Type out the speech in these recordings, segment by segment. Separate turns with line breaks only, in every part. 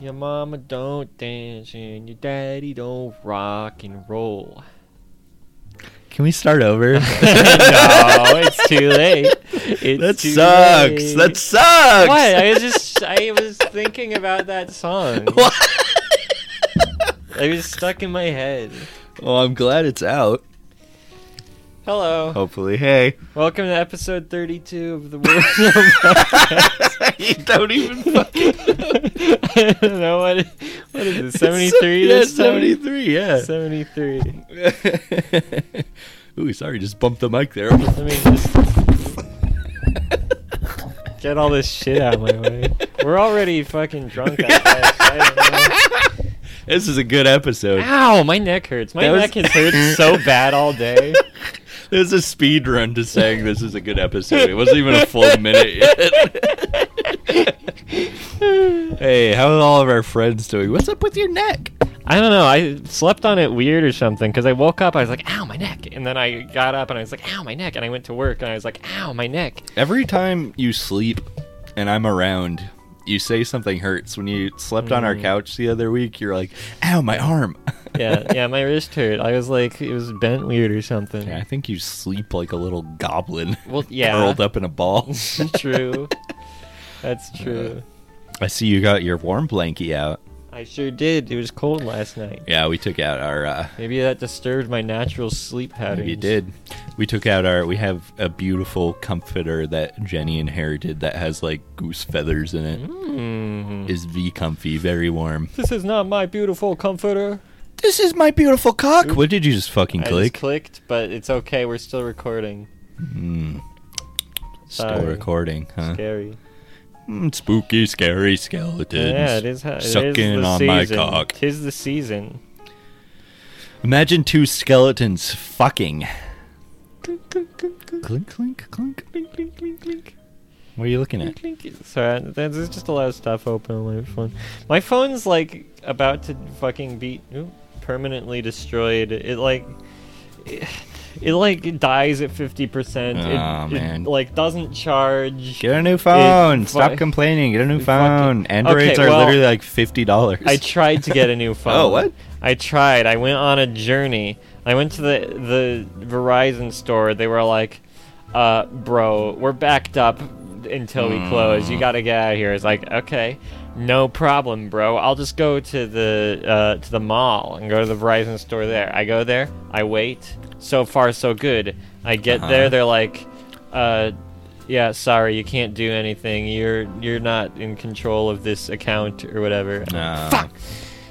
Your mama don't dance and your daddy don't rock and roll.
Can we start over?
no, it's too late. It's
that
too
sucks.
late.
That sucks.
what I was just I was thinking about that song.
What?
It was stuck in my head.
well, I'm glad it's out.
Hello,
Hopefully, hey.
welcome to episode thirty-two of the World Podcast.
you don't even fucking.
I don't know what it- what is it seventy three
Yeah,
this
seventy
time
three. Yeah.
seventy three.
Ooh, sorry, just bumped the mic there.
Let me just get all this shit out of my way. We're already fucking drunk. I guess. I
this is a good episode.
don't know. Ow, my neck hurts. My
That was-
neck has hurt so bad all day.
There's a speed run to saying this is a good episode. It wasn't even a full minute yet. hey, how are all of our friends doing? What's up with your neck?
I don't know. I slept on it weird or something because I woke up. I was like, ow, my neck. And then I got up and I was like, ow, my neck. And I went to work and I was like, ow, my neck.
Every time you sleep and I'm around, you say something hurts. When you slept on
Mm.
our couch the other week, you're like, ow, my arm.
Yeah, yeah, my wrist hurt. I was like, it was bent weird or something.
I think you sleep like a little goblin.
Well, yeah.
Curled up in a ball.
true. That's true.
I see you got your warm blankie out.
I sure did. It was cold last night.
Yeah, we took out our uh,
Maybe that disturbed my natural sleep patterns.
You did. We took out our. We have a beautiful comforter that Jenny inherited that has like goose feathers in it.
Hmm.
Is v comfy, very warm.
This is not my beautiful comforter.
This is my beautiful cock. What did you just fucking
I just
click?
clicked, but it's okay. We're still recording.
Mm. Still
Sorry.
recording, huh?
Scary.
Mm, spooky, scary skeletons.
yeah, it is. Ha- it is
sucking
the
on
season.
my cock.
Tis the season.
Imagine two skeletons fucking. Clink, clink, clink.
Clink, clink, clink, clink,
What are you looking at?
clink, clink. Sorry, I- there's there's just a lot of stuff open on my phone. My phone's like about to fucking be oop, permanently destroyed. It like. It, it like dies at 50%. It-
Aw,
it,
man.
like doesn't charge.
Get a new phone. Stop
fu-
complaining. Get a new
fucking-
phone. Androids
Okay,
are
well,
literally like fifty dollars.
I tried to get a new phone.
Oh, what?
I tried. I went on a journey. I went to the the Verizon store. They were like, uh, "Bro, we're backed up until we close.
Hmm.
You got to get out of here." It's like, okay, no problem, bro. I'll just go to the uh, to the mall and go to the Verizon store there. I go there. I wait. So far, so good. I get
Uh-huh.
there. They're like, uh. Yeah, sorry, you can't do anything. You're you're not in control of this account or whatever. And I'm like,
No.
Fuck.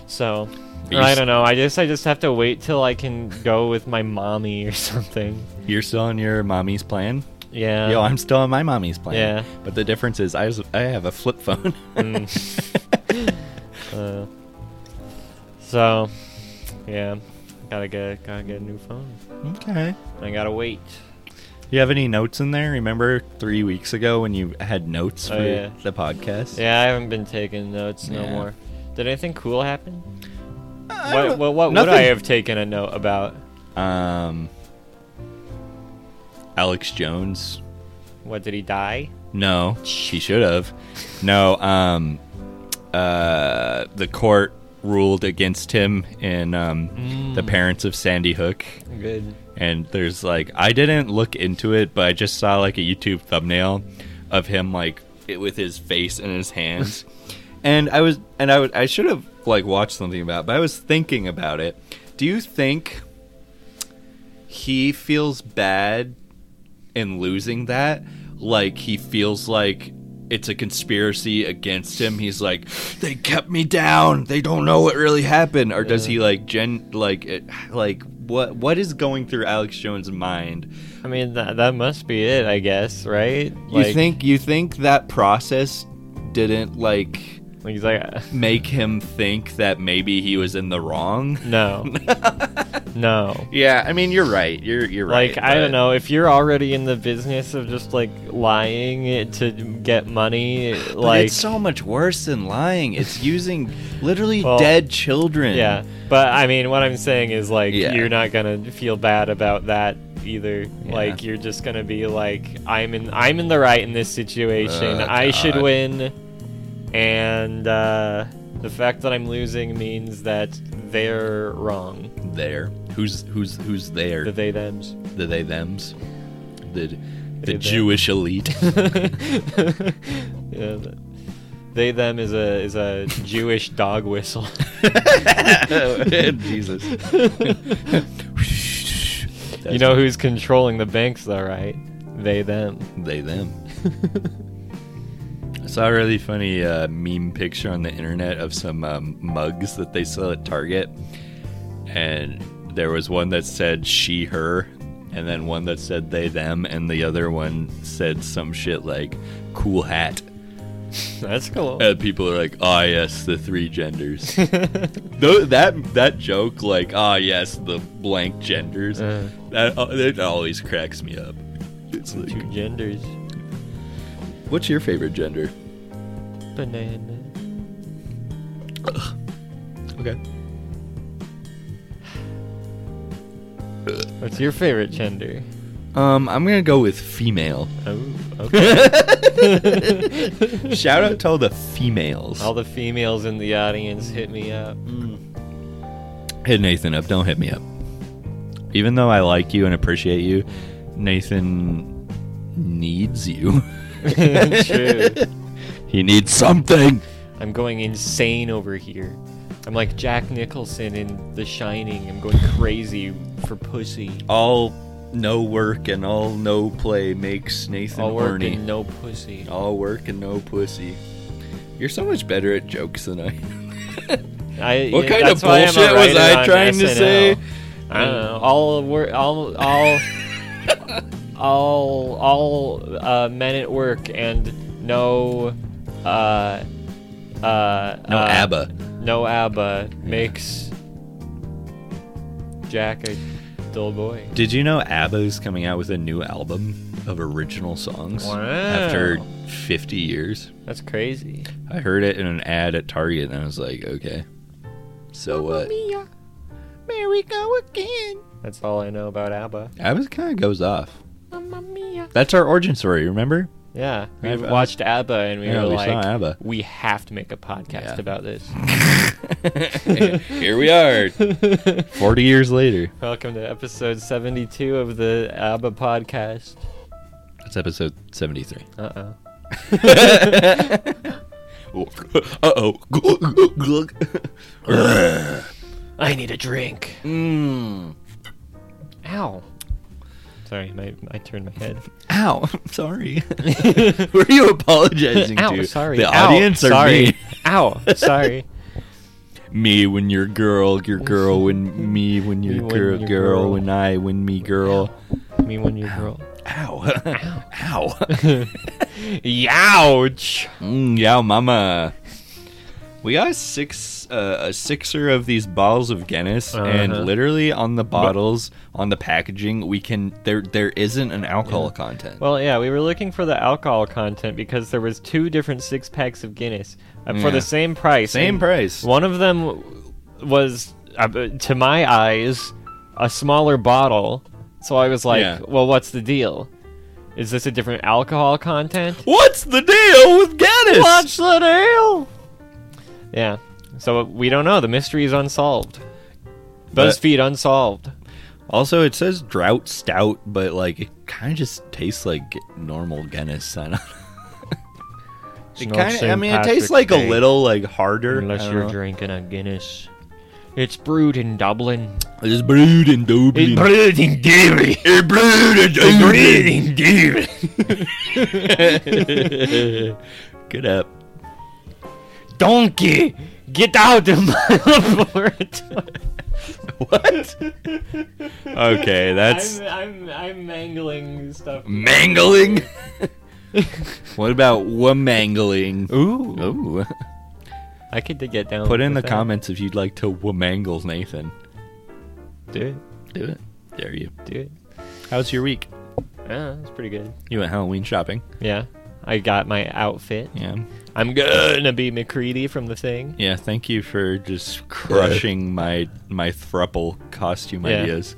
So
But you
I
s-
don't know. I guess I just have to wait till I can go with my mommy or something.
You're still on your mommy's plan.
Yeah.
Yo, I'm still on my mommy's plan.
Uh, Yeah.
But the difference is, I was, I have a flip phone.
Uh, so yeah, gotta get gotta get a new phone.
okay.
I gotta wait.
You have any notes in there? Remember three weeks ago when you had notes for
Oh, yeah.
the podcast?
Yeah, I haven't been taking notes no
Yeah.
more. Did anything cool happen?
I
What
don't-
what, what would
nothing.
I have taken a note about?
Um. Alex Jones.
What did he die?
No, she should have. No, um, uh, the court ruled against him in um, the parents of Sandy Hook.
Good.
And there's like, I didn't look into it, but I just saw like a YouTube thumbnail of him like it, with his face in his hands. and I was, and I was, I should have like watched something about, it, but I was thinking about it. Do you think he feels bad in losing that. Like he feels like it's a conspiracy against him. He's like, they kept me down. They don't know what really happened. Or does he like gen like it, like what what is going through Alex Jones' mind?
I mean, that that must be it, I guess, right?
you think you think that process didn't like
like, he's like,
make him think that maybe he was in the wrong?
no, no.
Yeah, I mean you're right. You're you're
Like
right.
I don't
but-
know if you're already in the business of just like lying to get money,
But
like
it's so much worse than lying. It's using literally
Well,
dead children.
yeah. But I mean, what I'm saying is like
Yeah.
you're not gonna feel bad about that either.
Yeah.
Like you're just gonna be like, I'm in, I'm in
Oh,
the right in this situation.
Uh,
I should
God.
win, and uh, The fact that I'm losing means that they're wrong.
There. Who's who's who's there?
The they them's.
the they them's the the
They, them.
Jewish elite.
yeah, the- they them is a is a Jewish dog whistle.
Jesus.
you know who's controlling the banks though, right? They them.
they them. I saw a really funny uh, meme picture on the internet of some um, mugs that they sell at Target, and there was one that said she her, and then one that said they them, and the other one said some shit like cool hat.
That's cool.
And people are like, ah, yes, the three genders. Tho- that that joke, like, ah, yes, the blank genders,
Uh.
that it always cracks me up. It's
Two
like,
genders.
what's your favorite gender?
Banana.
Okay.
What's your favorite gender?
Um, I'm gonna go with female.
Oh, okay.
Shout out to all the females.
All the females in the audience hit me up.
Hit Nathan up. Don't hit me up. Even though I like you and appreciate you, Nathan needs you.
True.
He needs something.
I'm going insane over here. I'm like Jack Nicholson in The Shining. I'm going crazy for pussy.
All no work and all no play makes Nathan
All work
horny. Oh.
and no pussy.
all work and no pussy. You're so much better at jokes than I. am.
I,
What
yeah,
kind
that's
of
why I'm a
bullshit was
writer
I
on
trying to
SNL.
say?
I don't know. All work. All all all all uh, men at work and no. Uh, uh,
No
uh,
ABBA.
No ABBA makes Jack a dull boy.
Did you know ABBA is coming out with a new album of original songs
Wow.
after 50 years?
That's crazy.
I heard it in an ad at Target and I was like, okay. So what?
There we go again.
That's all I know about ABBA.
ABBA kind of goes off.
Mamma mia.
That's our origin story, remember?
Yeah, we
I've- I've-
watched ABBA and we
Yeah,
were
we
like,
saw ABBA.
we have to make a podcast
Yeah.
about this.
Here we are, 40 years later.
Welcome to episode 72 of the ABBA podcast.
That's episode 73.
Uh oh.
Uh oh.
I need a drink. Ow. Sorry, my, I turned my head.
Ow, I'm sorry. Who are you apologizing
Ow,
to?
sorry.
The
Ow,
audience or
sorry.
me?
Ow, sorry.
Me when you're girl, your girl when me when you're
Me when
girl,
you're
girl
girl.
when I when me girl.
Me when you girl.
Ow. Ow.
Youch.
mm, yeah, mama. We got six uh, a sixer of these bottles of Guinness
Uh-huh.
and literally on the bottles on the packaging we can there there isn't an alcohol content.
Well, yeah, we were looking for the alcohol content because there was two different six packs of Guinness uh, for
Yeah.
the same price.
Same
and
price.
One of them w- was, uh, b- to my eyes, a smaller bottle. So I was like,
Yeah.
"Well, what's the deal? Is this a different alcohol content?"
What's the deal with Guinness?
What's the deal? Yeah. So we don't know. The mystery is unsolved.
But-
BuzzFeed unsolved.
Also, it says drought stout, but like it kind of just tastes like normal Guinness. I don't. it kind of. I mean, it tastes like a little like harder. I
Unless
don't
you're
know.
drinking a Guinness. It's brewed in Dublin.
It's brewed in Dublin.
brewed in Dublin.
It's brewed in
in Dublin.
Dublin. Get up.
Donkey, get out of my apartment.
What? okay, that's
I'm, I'm, I'm mangling stuff.
mangling. what about wamangling?
Ooh.
Ooh.
I could get down.
Put in the
with that.
comments if you'd like to wamangle Nathan.
Do it.
Do it. Dare you.
Do it.
How's your week?
Yeah, that's pretty good.
You went Halloween shopping.
Yeah. I got my outfit.
Yeah.
I'm gonna be McCready from the thing.
Yeah, thank you for just crushing my my thruple costume
Yeah.
ideas.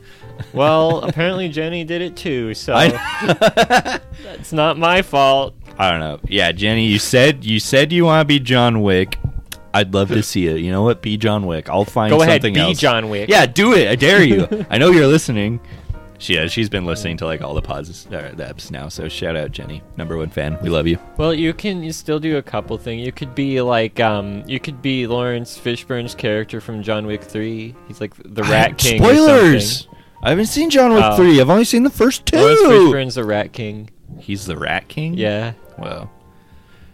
Well, apparently Jenny did it too, so
I,
it's not my fault.
I don't know. Yeah, Jenny, you said you said you want to be John Wick. I'd love to see it. You know what? Be John Wick. I'll find
Go ahead,
something
be
else.
John Wick.
Yeah, do it. I dare you. I know you're listening. She has. She's been listening to like all the pods, or the eps now. So shout out Jenny, number one fan. We love you.
Well, you can you still do a couple things. You could be like, um, you could be Lawrence Fishburne's character from John Wick Three. He's like the Rat King. or
Ah, Spoilers.
something.
I haven't seen John Wick
Oh.
three. I've only seen the first two.
Lawrence Fishburne's the Rat King.
He's the Rat King.
Yeah,
Well,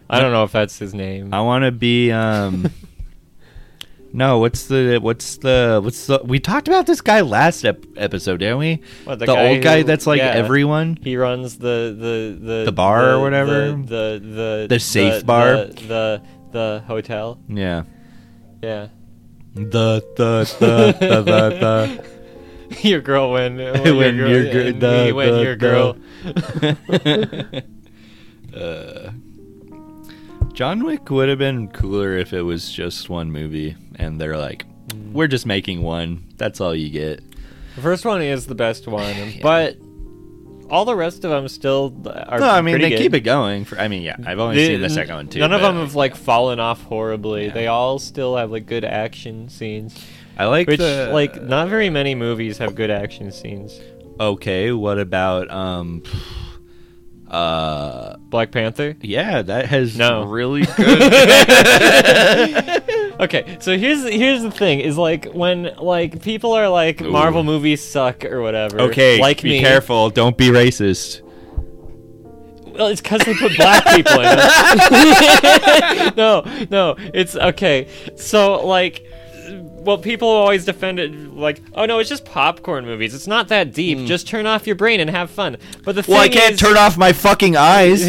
I don't know if that's his name.
I want to be. um No, what's the what's the what's the? We talked about this guy last ep- episode, didn't we?
What,
the old
who-
guy that's like
yeah.
everyone.
He runs the the the,
The bar or whatever?
The the the,
The safe bar?
the the, the hotel.
Yeah.
Yeah.
The the the the the.
your girl when when,
When
your girl,
your gir-
and
the-
me when
the-
your
the-
girl.
uh, John Wick would have been cooler if it was just one movie, and they're like, "We're just making one. That's all you get."
The first one is the best one,
Yeah.
but all the rest of them still are.
no, I mean
pretty
they
good.
keep it going. For I mean, yeah, I've only
They-
seen the second one too.
None of
but,
them have like fallen off horribly.
Yeah.
They all still have like good action scenes,
I like
which
the-
like not very many movies have good action scenes.
Okay, what about um, uh,
Black Panther.
yeah, that has
No.
really good.
Okay, so here's here's the thing: is like when like people are like
Ooh.
Marvel movies suck or whatever.
okay,
like
be
me.
careful. Don't be racist.
Well, it's because they put black people in it. no, no, it's okay. So, like, well, people always defend it, like, oh no, it's just popcorn movies. It's not that deep. Just turn off your brain and have fun. But the thing
Hmm. Well, I can't
is,
turn off my fucking eyes.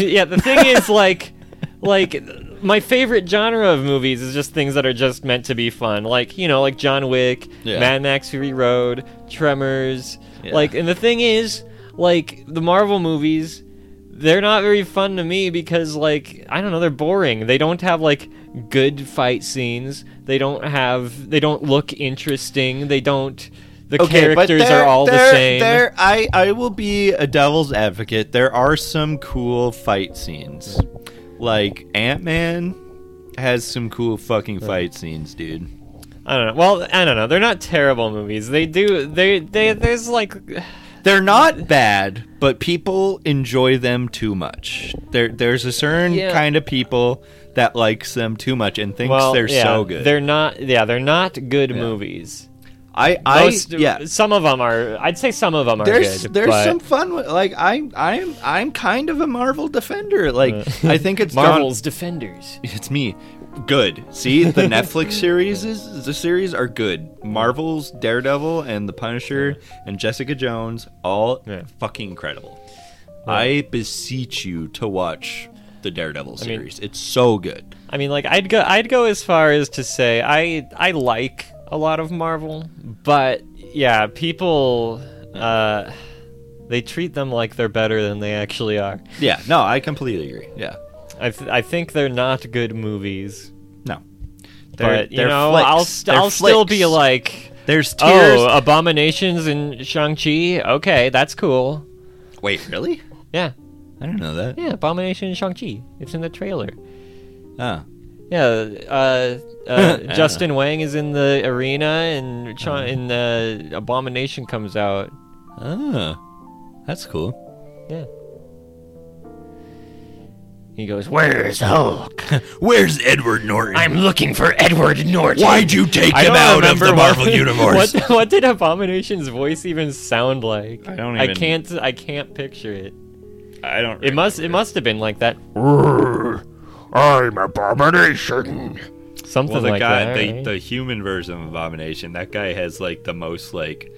yeah, the thing is, like, like my favorite genre of movies is just things that are just meant to be fun. Like, you know, like John Wick,
Yeah.
Mad Max Fury Road, Tremors.
Yeah.
Like, and the thing is, like, the Marvel movies, they're not very fun to me because, like, I don't know, they're boring. They don't have, like, good fight scenes. They don't have, they don't look interesting. They don't, the characters
there-
are all the
there-
same.
There, I, I will be a devil's advocate. There are some cool fight scenes. Like, Ant Man has some cool fucking fight scenes, dude.
I don't know. Well, I don't know. They're not terrible movies. They do. They they there's like
They're not bad, but people enjoy them too much. There, There's a certain
Yeah.
kind of people that likes them too much and thinks
well,
they're
yeah,
so good.
They're not. Yeah, they're not good movies.
I, I,
Most-
yeah.
Some of them are. I'd say some of them are
there's
good.
there's
but
some fun with, like I'm I'm I'm kind of a Marvel defender. Like I think it's gone-
Marvel's Defenders.
It's me. Good. See, the Netflix series is the series are good. Marvel's Daredevil and The Punisher and Jessica Jones all
Yeah.
fucking incredible. I beseech you to watch the Daredevil
mean-
series. it's so good.
I mean, like I'd go. I'd go as far as to say I I like a lot of Marvel, but yeah, people. Uh, they treat them like they're better than they actually are.
Yeah. No, I completely agree. Yeah.
I, th- I think they're not good movies.
No. They're-
But you
they're
know,
flicks.
I'll st-
They're
I'll still be
flicks.
like,
There's tears.
oh, abominations and Shang Chi. Okay, that's cool.
Wait, really?
Yeah,
I didn't know that.
yeah, abomination and Shang Chi. It's in the trailer.
Ah.
Yeah, uh, uh, Justin Wang is in the arena, and Cha- and uh, abomination comes out.
Ah. That's cool.
Yeah. He goes, "Where's Hulk?
Where's Edward Norton?
I'm looking for Edward Norton.
Why'd you take
I
him
don't
out of
remember
the
what-
Marvel universe?
what, what did Abomination's voice even sound like?
I don't
I
even-
can't. I can't picture it.
I don't.
It must. It must have been like that.
Urgh, I'm Abomination.
Something
Well, the
like
guy,
that.
the,
right?
the human version of Abomination, that guy has like the most like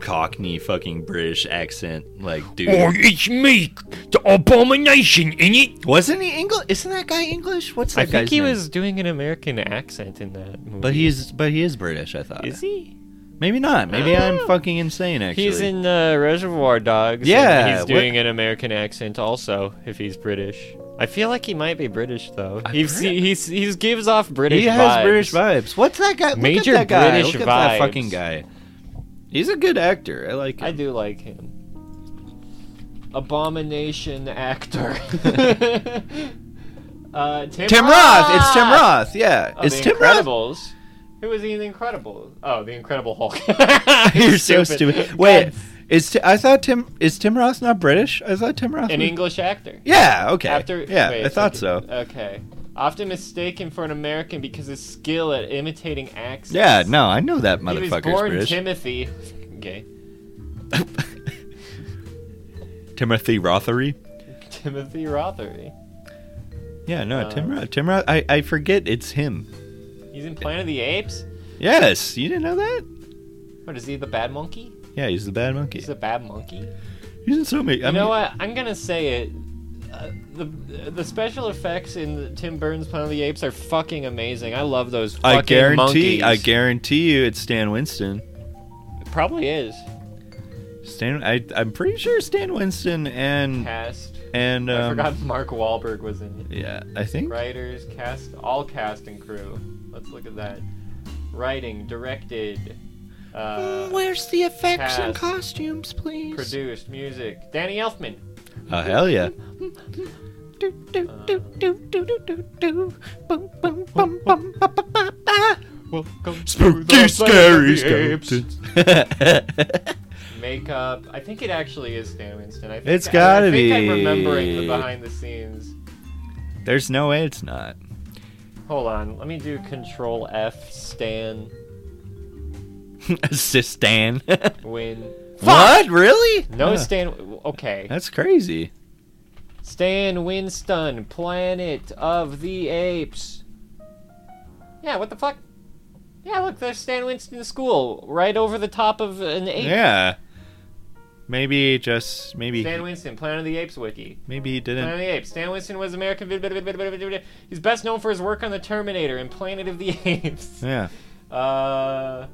Cockney fucking British accent, like dude.
Oh, it's me, the Abomination, innit?
Wasn't he English? Isn't that guy English? What's that
I think
guy's
he
name?
was doing an American accent in that movie.
But he's but he is British. I thought.
is he?
Maybe not. Maybe
I
I'm
don't know.
fucking insane. Actually.
He's in uh, Reservoir Dogs. and
Yeah,
he's
what-
doing an American accent also. If he's British, I feel like he might be British though.
I've
He's,
heard-
he he's, he's gives off British.
he has
vibes.
British vibes. What's that guy? Look at
Major
that guy.
British
Look at that
vibes.
fucking guy. He's a good actor. I like him.
I do like him. Abomination actor. Uh, Tim,
Tim Roth. It's Tim Roth. Yeah,
Oh,
it's
the
Tim Roth.
Incredibles. Who was he in The Incredibles? Oh, The Incredible Hulk.
You're so stupid. Wait, is Ti- I thought Tim is Tim Roth not British? I thought Tim Roth.
an
was-
English actor.
Yeah. Okay.
After
yeah,
wait
I
a
thought
second.
so.
Okay. Often mistaken for an American because his skill at imitating accents.
Yeah. No, I know that
He was
motherfucker's
born
British.
Timothy. Gay.
Timothy Rothery.
Timothy Rothery.
Yeah. No, Tim
Um,
Roth. Tim Roth. I, I forget it's him.
He's in Planet of the Apes.
Yes. You didn't know that?
What is he? The bad monkey?
Yeah. He's the bad monkey.
He's a bad monkey.
He's in so many. I
You know
mean,
what? I'm gonna say it. Uh, the the special effects in the Tim Burns Planet of the Apes are fucking amazing. I love those. Fucking
I guarantee.
Monkeys.
I guarantee you, it's Stan Winston.
Probably is
Stan. I, I'm pretty sure Stan Winston and
cast.
and um,
I forgot Mark Wahlberg was in it.
Yeah, I think.
Writers, cast, all cast and crew. Let's look at that. Writing, directed, uh,
Mm, Where's the effects
and Cast.
costumes, please?
produced, music. Danny Elfman.
Oh hell yeah!
Welcome
Spooky, scary skeletons.
Makeup. I think it actually is Stan Winston. I think
It's
I-
gotta
I think I'm
be.
remembering the behind the scenes.
There's no way it's not.
Hold on. Let me do Control F. Stan.
Sistan.
Win.
what? Really?
No
Yeah.
Stan. Okay.
That's crazy.
Stan Winston, Planet of the Apes. Yeah, what the fuck? Yeah, look, there's Stan Winston School right over the top of an ape.
Yeah. Maybe just maybe
Stan Winston, Planet of the Apes wiki.
maybe he
Planet of
didn't.
the Apes. Stan Winston was American. He's best known for his work on The Terminator and Planet of the Apes.
Yeah.
Uh,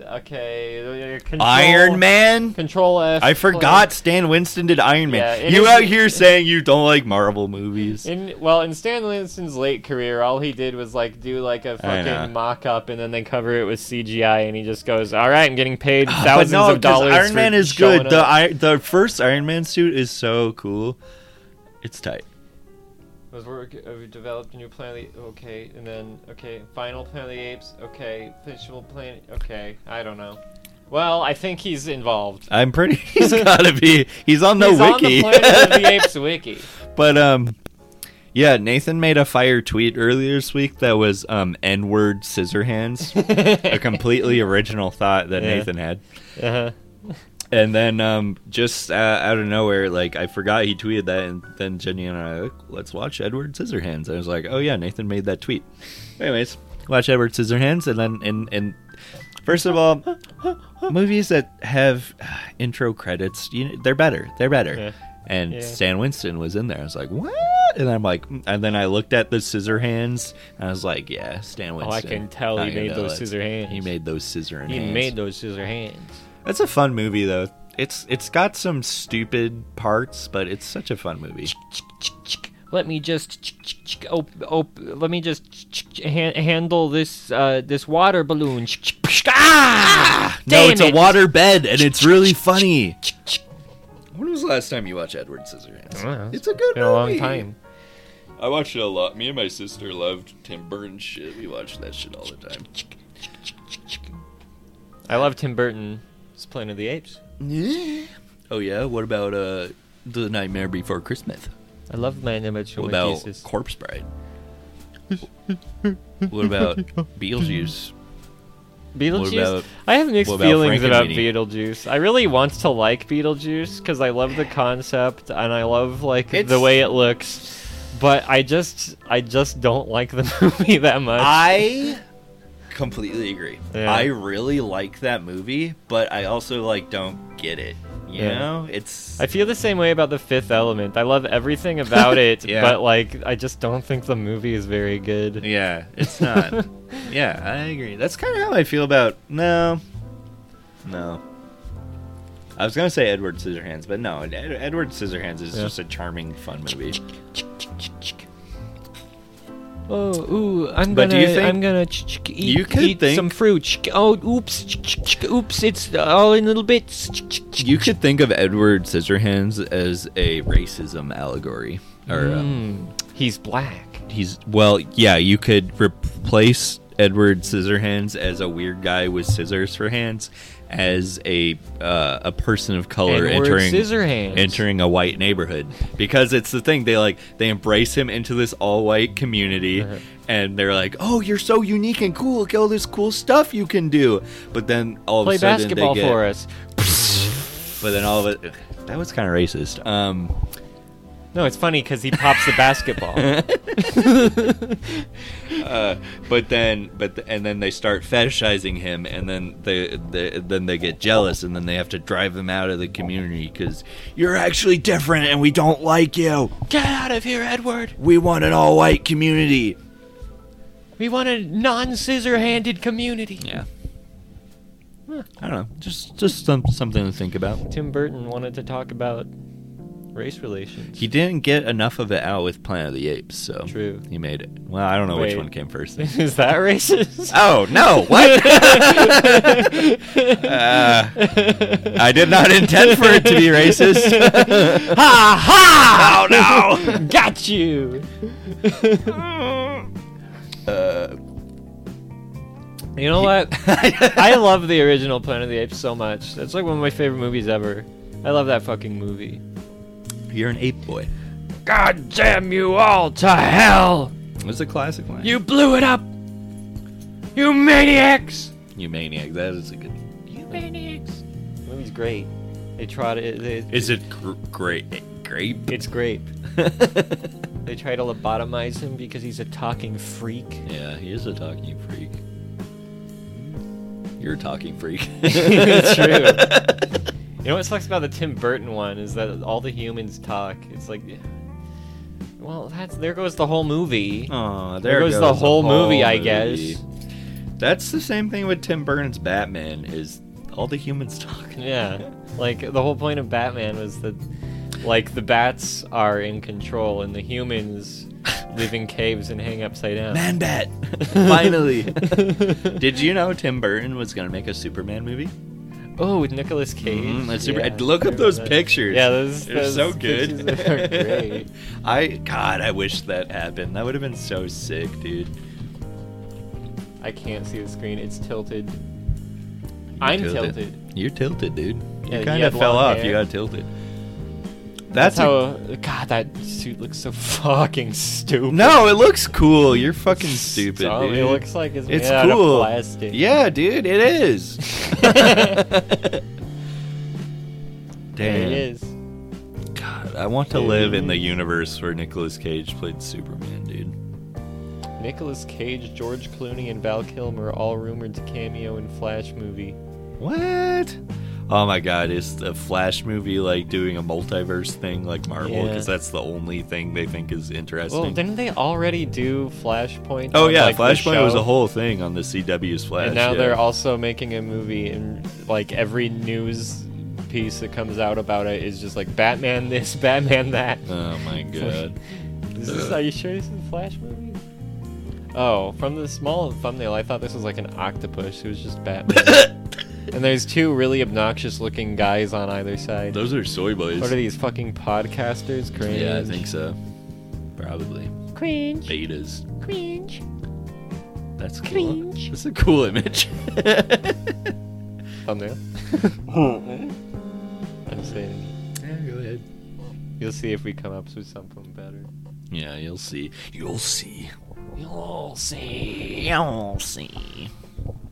okay. Control,
Iron Man.
Control F.
I
Planet-
forgot Stan Winston did Iron Man.
Yeah, it
you
is-
out here saying you don't like Marvel movies.
In well, in Stan Winston's late career, all he did was like do like a
know.
fucking mock up and then they cover it with CGI, and he just goes, "All right, I'm getting paid
Ah,
thousands
but no,
of
'cause
dollars."
Iron
for
Man is
showing
good. The
up."
I, the first Iron Man suit is so cool. It's tight.
was work uh, we developed a new Planet of the okay, and then okay, final Planet of the Apes, okay, visual Planet, okay, I don't know. Well, I think he's involved.
I'm pretty. He's gotta be. He's on the
he's
wiki.
on the Planet of the Apes wiki.
but um, yeah. Nathan made a fire tweet earlier this week that was um N word scissor hands. a completely original thought that
Yeah.
Nathan had.
Uh-huh.
And then um, just uh, out of nowhere, like I forgot he tweeted that, and then Jenny and I, were like, let's watch Edward Scissorhands. And I was like, oh yeah, Nathan made that tweet. Anyways, watch Edward Scissorhands, and then and and first of all, movies that have uh, intro credits, you know, they're better. They're better.
Yeah.
And
Yeah.
Stan Winston was in there. I was like, what? And I'm like, mm, and then I looked at the Scissorhands, and I was like, yeah, Stan
Oh, I
Winston.
can tell he
I can
made
tell
those
it's-
scissor hands.
He made those scissor
He
hands.
made those scissor hands.
That's a fun movie though. It's it's got some stupid parts, but it's such a fun movie.
Let me just ch- ch- ch- op- op- let me just ch- ch- ch- han- handle this uh, this water balloon. Ch- ch- psh- ah!
no,
Damn
it's a
it.
water bed, and it's really funny. When was the last time you watched Edward Scissorhands? It's a good
Been a long time.
I watched it a lot. Me and my sister loved Tim Burton shit. We watched that shit all the time.
I love Tim Burton's Planet of the Apes.
oh yeah. What about uh, the Nightmare Before Christmas?
I love my animation
What about Corpse Bride? what about Beetlejuice?
Beetlejuice.
What about-
I have mixed
what about
feelings about
Frankenweenie?
Beetlejuice. I really want to like Beetlejuice because I love the concept and I love like the
It's-
way it looks, but I just I just don't like the movie that much.
I completely agree.
Yeah.
I really like that movie, but I also like don't get it. You
Yeah.
know, it's
I feel the same way about the Fifth Element. I love everything about it,
Yeah.
but like I just don't think the movie is very good.
yeah, it's not. yeah, I agree. That's kind of how I feel about no, no. I was gonna say Edward Scissorhands, but no, Ed- Edward Scissorhands is
Yeah.
just a charming, fun movie.
Oh, ooh, I'm
But do
gonna,
you think-
I'm gonna ch- ch- eat,
You could
eat
think-
some fruit. Ch- Oh, oops, ch- ch- ch- oops, it's all in little bits. Ch- ch- ch-
You could think of Edward Scissorhands as a racism allegory, or um,
Mm, Hmm, he's black.
he's well, yeah, you could replace Edward Scissorhands as a weird guy with scissors for hands, as a uh, a person of color
Edward
entering
Scissorhands.
entering a white neighborhood because it's the thing they like they embrace him into this all white community
Uh-huh.
and they're like, oh, you're so unique and cool, look at all this cool stuff you can do, but then all
Play
of a sudden
basketball
Oh, they get,
for us.
but then all of it that was kind of racist. Um.
No, it's funny because he pops the basketball.
Uh, but then, but th- and then they start fetishizing him, and then they, they then they get jealous, and then they have to drive him out of the community because you're actually different, and we don't like you. Get out of here, Edward. We want an all-white community.
We want a non-scissor-handed community.
Yeah. I don't know. Just just some, something to think about.
Tim Burton wanted to talk about race relations.
He didn't get enough of it out with Planet of the Apes, so
True.
He made it. Well, I don't know which
Wait.
one came first.
Is that racist?
oh no! What? Uh, I did not intend for it to be racist.
ha ha!
Oh no!
Got you.
Uh,
You know what? I love the original Planet of the Apes so much. That's like one of my favorite movies ever. I love that fucking movie.
You're an ape boy.
God damn you all to hell!
It was a classic line.
You blew it up! You maniacs!
You maniac. That is a good.
You maniacs! The movie's great. They tried it. They,
Is it gr- great? Grape?
it's great. They try to lobotomize him because he's a talking freak.
yeah, he is a talking freak. You're a talking freak.
it's true. You know what sucks about the Tim Burton one is that all the humans talk. It's like, well, that's there goes the whole movie.
Aw, Oh, there,
there, goes, the whole, movie, I guess.
movie. That's the same thing with Tim Burton's Batman. Is all the humans talking?
Yeah, like the whole point of Batman was that, like, the bats are in control and the humans live in caves and hang upside down.
Man Bat. Finally. Did you know Tim Burton was gonna make a Superman movie?
Oh, with Nicolas Cage.
Mhm, that's super-
Yeah,
look
I
up those
remember that.
pictures.
Yeah, those,
They're
those
so
pictures
good.
Are great.
I God, I wish that happened. That would have been so sick, dude.
I can't see the screen. It's tilted. I'm tilted.
You're tilted, dude.
Yeah,
you
you
kind
had
of fell
long
off. You
hair.
got tilted.
That's,
That's,
how.
a-
God, that suit looks so fucking stupid.
no. It looks cool. You're fucking stupid,
So,
dude.
It looks like it's,
it's
made out of
cool.
plastic.
Yeah, dude. It is.
There it
Damn.
is.
God, I want to live in the universe where Nicolas Cage played Superman, dude.
Nicolas Cage, George Clooney, and Val Kilmer all rumored to cameo in Flash movie.
What? Oh my god, is the Flash movie like doing a multiverse thing like Marvel?
Yeah.
Because that's the only thing they think is interesting.
Well, didn't they already do Flashpoint?
oh
on,
yeah,
like, the
Flashpoint was
show?
a whole thing on the CW's Flash.
And now
yeah.
they're also making a movie, and like every news piece that comes out about it is just like Batman this, Batman that.
Oh my god.
Is this, are you sure this is a Flash movie? Oh, from the small thumbnail, I thought this was like an octopus. It was just Batman. and there's two really obnoxious-looking guys on either side.
Those are soy boys.
What are these fucking podcasters? Cringe.
yeah, I think so. Probably.
Cringe,
Betas.
cringe,
That's cool.
cringe.
That's a cool image. yeah,
Thumbnail. I'm saying,
go ahead.
you'll see if we come up with something better.
Yeah, you'll see. You'll see.
You'll see.
You'll see.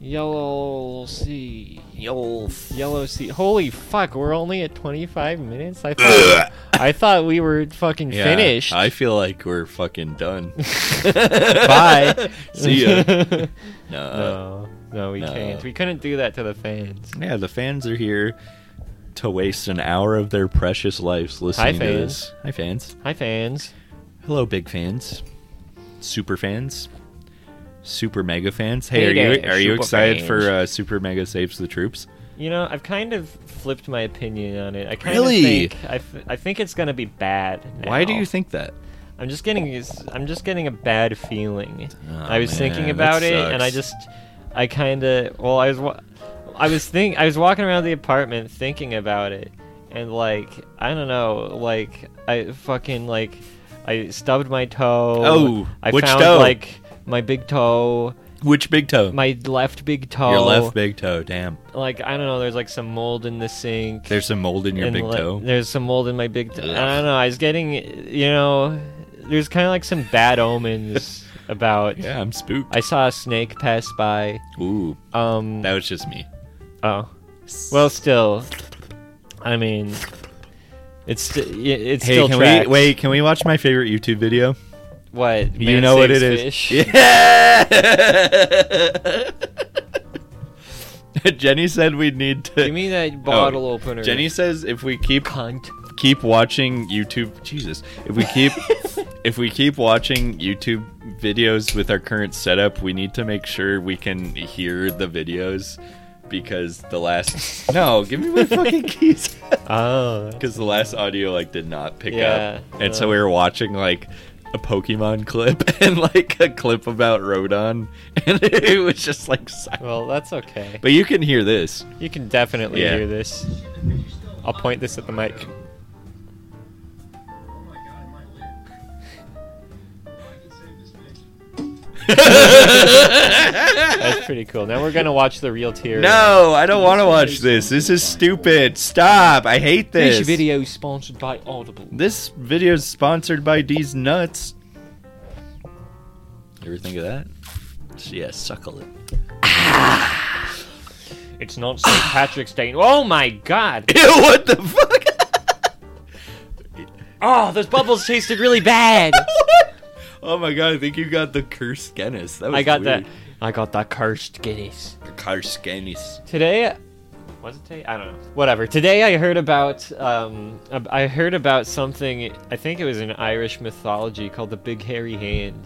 Yellow sea.
You'll f-
Yellow sea. Holy fuck, we're only at 25 minutes? I thought, I thought we were fucking
Yeah,
finished.
I feel like we're fucking done.
Bye.
See ya. no.
no, no, we
no.
can't. We couldn't do that to the fans.
Uh, Yeah, the fans are here to waste an hour of their precious lives listening to
fans.
this. Hi, fans.
Hi, fans.
Hello, big fans. Super fans. Super mega fans. Hey,
Hey
are you
there,
are you
super
excited
fans.
for uh, Super Mega Saves the Troops?
You know, I've kind of flipped my opinion on it. I kind
Really?
of think I, f- I think it's gonna be bad.
Why do
now.
you think that?
I'm just getting is- I'm just getting a bad feeling.
Oh,
I was thinking
man,
about
that
it, and I
sucks.
just I kind of well, I was wa- I was think I was walking around the apartment thinking about it, and like I don't know, like I fucking like I stubbed my toe.
Oh,
I
which
found
toe?
like my big toe,
Which big toe?
my left big toe.
Your left big toe. Damn.
Like I don't know. There's like some mold in the sink.
There's some mold in your
and,
big
like,
toe.
There's some mold in my big toe. I
Ugh.
don't know. I was getting, you know, there's kind of like some bad omens about.
Yeah, I'm spooked.
I saw a snake pass by.
Ooh,
Um.
that was just me.
Oh. Well, still. I mean, it's st- y- it's
Hey,
still
can
tracks.
we wait? Can we watch my favorite YouTube video?
What? man
You know what
saves
it is.
fish?
Yeah. Jenny said we need to.
Give me
Oh,
that bottle opener.
Jenny says if we keep
cunt.
keep watching YouTube, Jesus, if we keep if we keep watching YouTube videos with our current setup, we need to make sure we can hear the videos because the last no, give me my fucking keys.
Oh.
because the last audio like did not pick
Yeah,
up, and so
uh.
we were watching like a Pokemon clip and like a clip about Rodon, and it was just like silent.
Well, that's okay.
But you can hear this.
You can definitely
Yeah.
hear this. I'll point this at the mic. That's pretty cool. Now we're gonna watch the real tear.
No, I don't want to watch this. This is stupid. Stop. I hate
This
this.
video is sponsored by Audible.
This video is sponsored by these nuts. Ever think of that? Yeah, suckle it.
It's not St. Patrick's Day. Oh my god!
Ew, what the fuck?
Oh, those bubbles tasted really bad.
oh my god, I think you got the cursed Guinness. That was
I got
weird.
that. I got that cursed Guinness.
The cursed Guinness.
Today, was it today? I don't know. Whatever. Today I heard about um, ab- I heard about something. I think it was in Irish mythology called the Big Hairy Hand,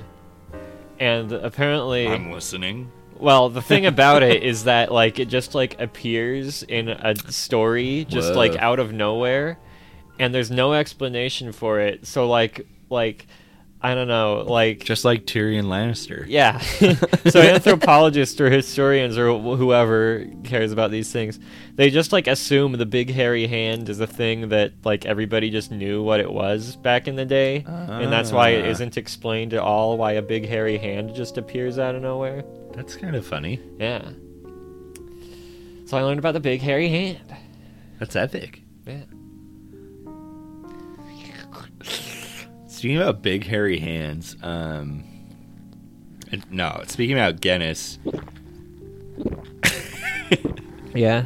and apparently,
I'm listening.
well, the thing about it is that like it just like appears in a story, just
Whoa.
like out of nowhere, and there's no explanation for it. So like like I don't know like
Just like Tyrion Lannister.
yeah. so anthropologists or historians or wh- whoever cares about these things, they just like assume the big hairy hand is a thing that like everybody just knew what it was back in the day, and that's why it
Ah.
isn't explained at all why a big hairy hand just appears out of nowhere.
That's kind of funny.
Yeah. So I learned about the big hairy hand.
That's epic.
Yeah.
Speaking about big hairy hands, um, and- no. Speaking about Guinness,
Yeah.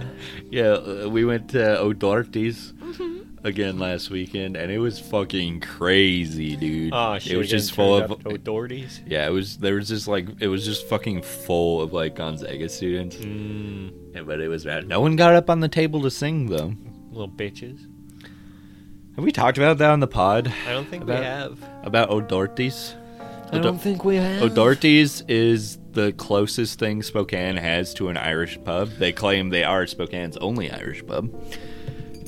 yeah, uh, we went to O'Doherty's
Mm-hmm.
again last weekend, and it was fucking crazy, dude.
Oh,
it was just full of
authorities.
yeah. It was there was just like it was just fucking full of like Gonzaga students,
Mm.
Yeah, but it was bad. No one got up on the table to sing though.
little bitches.
Have we talked about that on the pod
I don't think
About-
we have.
about O'Doherty's?
I don't think
Oh,
we have.
O'Doherty's is the closest thing Spokane has to an Irish pub. They claim they are Spokane's only Irish pub,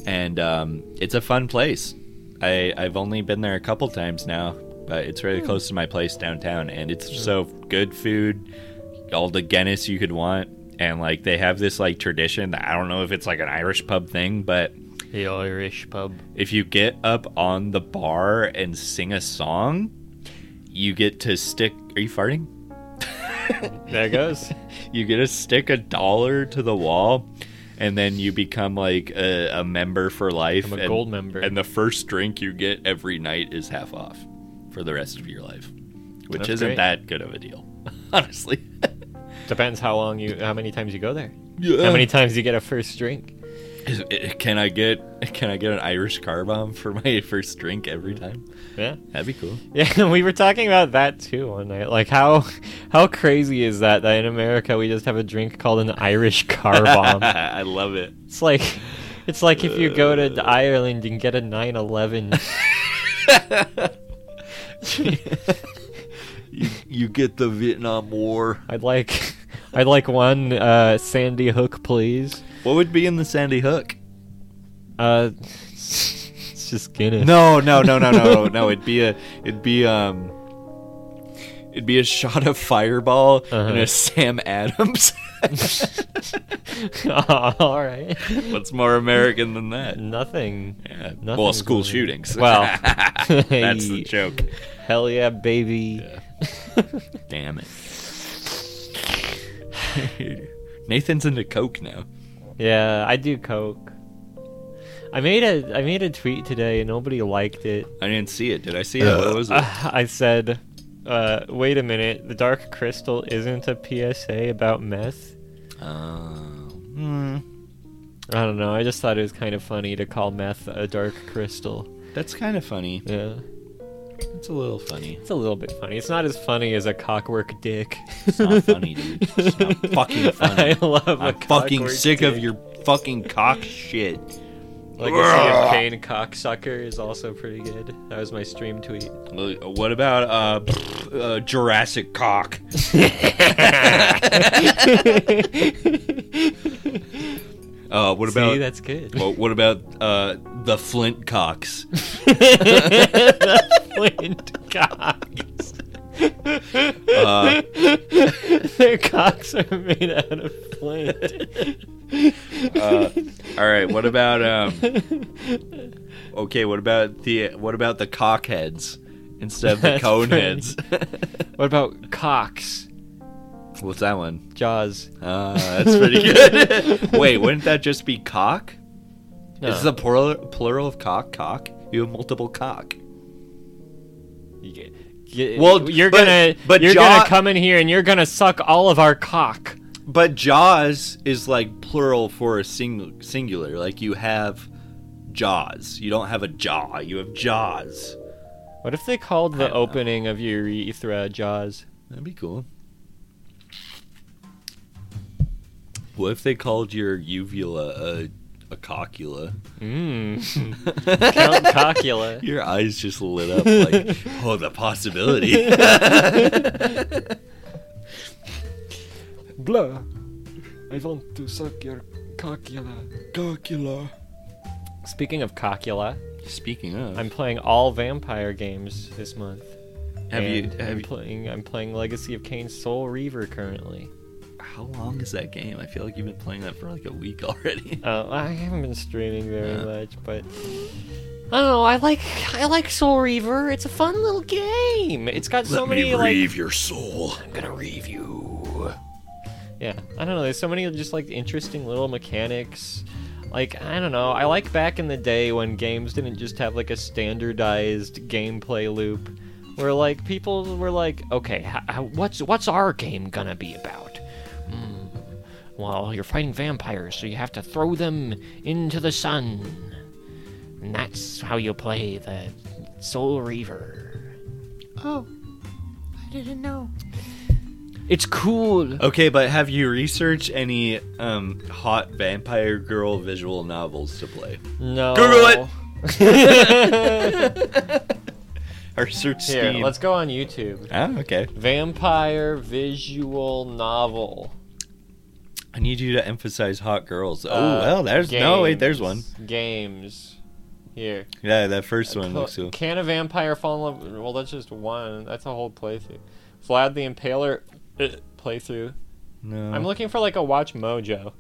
and um, it's a fun place. I, I've only been there a couple times now, but it's
Hmm.
really close to my place downtown, and it's so good food, all the Guinness you could want, and like they have this like tradition that I don't know if it's like an Irish pub thing, but
The Irish pub.
if you get up on the bar and sing a song, you get to stick. Are you farting?
There goes.
you get to stick a dollar to the wall and then you become like a, a member for life
I'm a
and,
gold member.
and the first drink you get every night is half off for the rest of your life which
That's
isn't
great.
that good of a deal honestly
Depends how long you, how many times you go there.
yeah.
How many times you get a first drink?
eh, can i get can i get an irish car bomb for my first drink every time
Yeah,
that'd be cool
yeah. We were talking about that too one night. Like how, how crazy is that that in America we just have a drink called an Irish car bomb?
i love it
it's like, it's like if you go to
Uh.
Ireland and get a 911.
you, you get the vietnam war
I'd like, I'd like one uh, Sandy Hook, please.
what would be in the sandy hook
Uh, it's just Guinness.
No, no, no, no, no, no. It'd be a, it'd be um, it'd be a shot of Fireball
Uh-huh.
and a Sam Adams.
All right.
What's more American than that?
Nothing.
Yeah. Well,
Nothing's
school
really-
shootings.
Well,
that's the joke.
Hell yeah, baby.
Damn it. Nathan's into coke now.
Yeah, I do coke. I made a I made a tweet today and nobody liked it.
I didn't see it. Did I see it? What was it?
Uh, I said, uh, "Wait a minute, the Dark Crystal isn't a PSA about meth."
Um,
I don't know. I just thought it was kind of funny to call meth a dark crystal.
that's kind of funny.
Yeah,
It's a little funny.
it's a little bit funny. It's not as funny as a cockwork dick.
It's not funny, dude. It's not fucking funny.
I love a
I'm fucking
cockwork
sick of
dick.
your fucking cock shit.
Like a sea of pain cocksucker is also pretty good. That was my stream tweet.
Well, What about uh, pff, uh Jurassic cock? Uh, what about
See, that's good.
well, what about uh the Flint cocks?
Flint cocks.
Uh,
Their cocks are made out of flint.
uh, all right. What about um? Okay. What about the what about the cockheads instead of the
That's pretty-
coneheads?
What about cocks?
What's that one?
Jaws.
Uh, that's pretty good. Wait, wouldn't that just be cock?
No.
Is the plural plural of cock cock? You have multiple cock.
You- you-
Well,
you're
but-
gonna
but
you're
Jaw-
gonna come in here and you're gonna suck all of our cock.
But jaws is like plural for a sing- singular. Like you have jaws. You don't have a jaw. You have jaws.
What if they called
I
the
don't know.
opening of urethra Jaws?
That'd be cool. What if they called your uvula a, a cockula?
Mmm. Count Cockula.
Your eyes just lit up like, oh, the possibility.
Blah. I want to suck your cockula. Cockula.
Speaking of Cockula,
Speaking of,
I'm playing all vampire games this month.
have you?
and I'm
Have you
playing I'm playing Legacy of Kain Soul Reaver currently.
how long is that game? I feel like you've been playing that for like a week already.
Uh, I haven't been streaming very
Yeah.
much, but I don't know. I like I like Soul Reaver. It's a fun little game. It's got so many like
your soul. I'm gonna reave you.
yeah. I don't know. There's so many just like interesting little mechanics. Like I don't know. I like back in the day when games didn't just have like a standardized gameplay loop, where like people were like, okay, h- h- what's what's our game gonna be about? Hmm, Well, you're fighting vampires, so you have to throw them into the sun. And that's how you play the Soul Reaver. Oh, I didn't know. It's cool.
Okay, but have you researched any um, hot vampire girl visual novels to play?
No.
Google it! Or search
Here,
Steam.
let's go on YouTube.
Ah, okay.
Vampire visual novel.
I need you to emphasize hot girls. Oh
Uh,
well, there's no wait.
games.
There's one.
Games. Here.
Yeah, that first one
Cl-
looks cool.
Can a vampire fall in love? Well, that's just one. That's a whole playthrough. Vlad the Impaler uh, playthrough.
No,
I'm looking for like a Watch Mojo.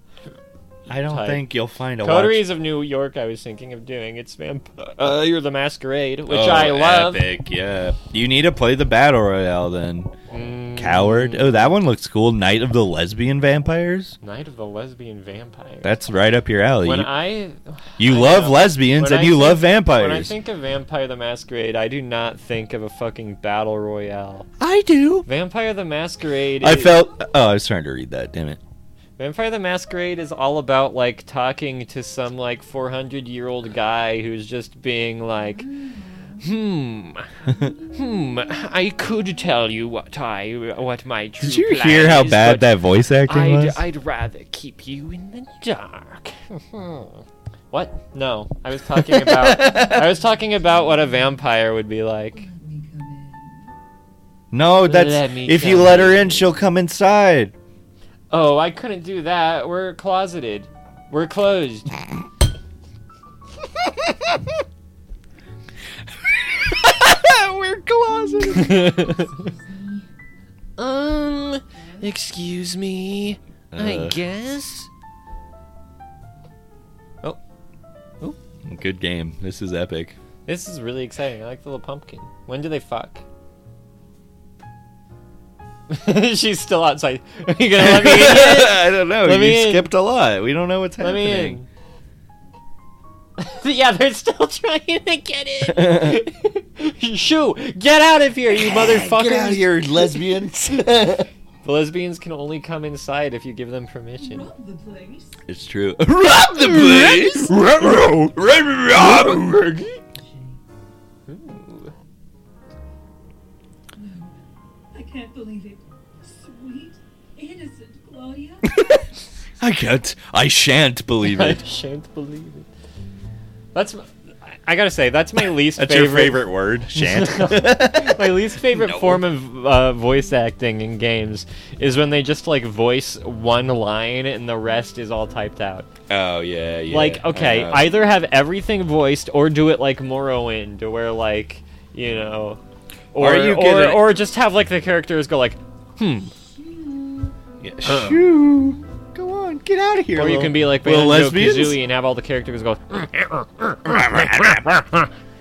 I don't
type.
think you'll find a watch.
Coteries of New York. I was thinking of doing. It's Vampire. Uh, you're the Masquerade, which I love.
Oh, Epic, yeah. You need to play the battle royale then.
Mm,
Coward. Oh, that one looks cool. Night of the Lesbian Vampires.
Night of the Lesbian Vampire.
That's right up your alley.
when
You,
I
you
I
love
know.
lesbians
When
and
I
you
think-
love
when I
vampires.
think of Vampire the Masquerade, I do not think of a fucking battle royale.
I do.
Vampire the Masquerade.
I
is-
felt. Oh, I was trying to read that. Damn it.
Vampire the Masquerade is all about like talking to some like 400 year old guy who's just being like, hmm, hmm, I could tell you what I, what my true
Did you
plan
hear how
is,
bad
but
that voice acting
I'd,
was?
I'd rather keep you in the dark. what? No, I was talking about, I was talking about what a vampire would be like.
no, that's
Let me
if you
tell
let her
you.
in, she'll come inside.
Oh, I couldn't do that. We're closeted. We're closed.
We're closet.
Um, excuse me.
Uh,
guess.
Uh, good game. This is epic.
This is really exciting. I like the little pumpkin. When do they fuck? She's still outside. Are you gonna let me in?
I don't know.
Let
you
me in.
skipped a lot. We don't know what's
Let me
happening.
in. yeah, they're still trying to get in. Shoo! Get out of here, you motherfuckers!
Get out of here, lesbians. it's
The lesbians can only come inside if you give them permission.
Rob the place.
true. Rob the place. Rob.
I can't believe it. Sweet, innocent Gloria.
I can't. I shan't believe
I
it.
shan't believe it. That's. m- I- I gotta say, that's my least
That's
favorite.
your favorite word, shan't.
my least favorite
No.
form of uh, voice acting in games is when they just like voice one line and the rest is all typed out.
oh yeah, Uh, yeah.
like, okay,
know.
either have everything voiced or do it like Morrowind, to where like you know, or
Are you
or,
gonna-
or just have like the characters go like, hmm,
Yeah. Shoo. Go on, get out of here.
Uh. or you can be like
little lesbians.
Banjo-Kazooie and have all the characters go.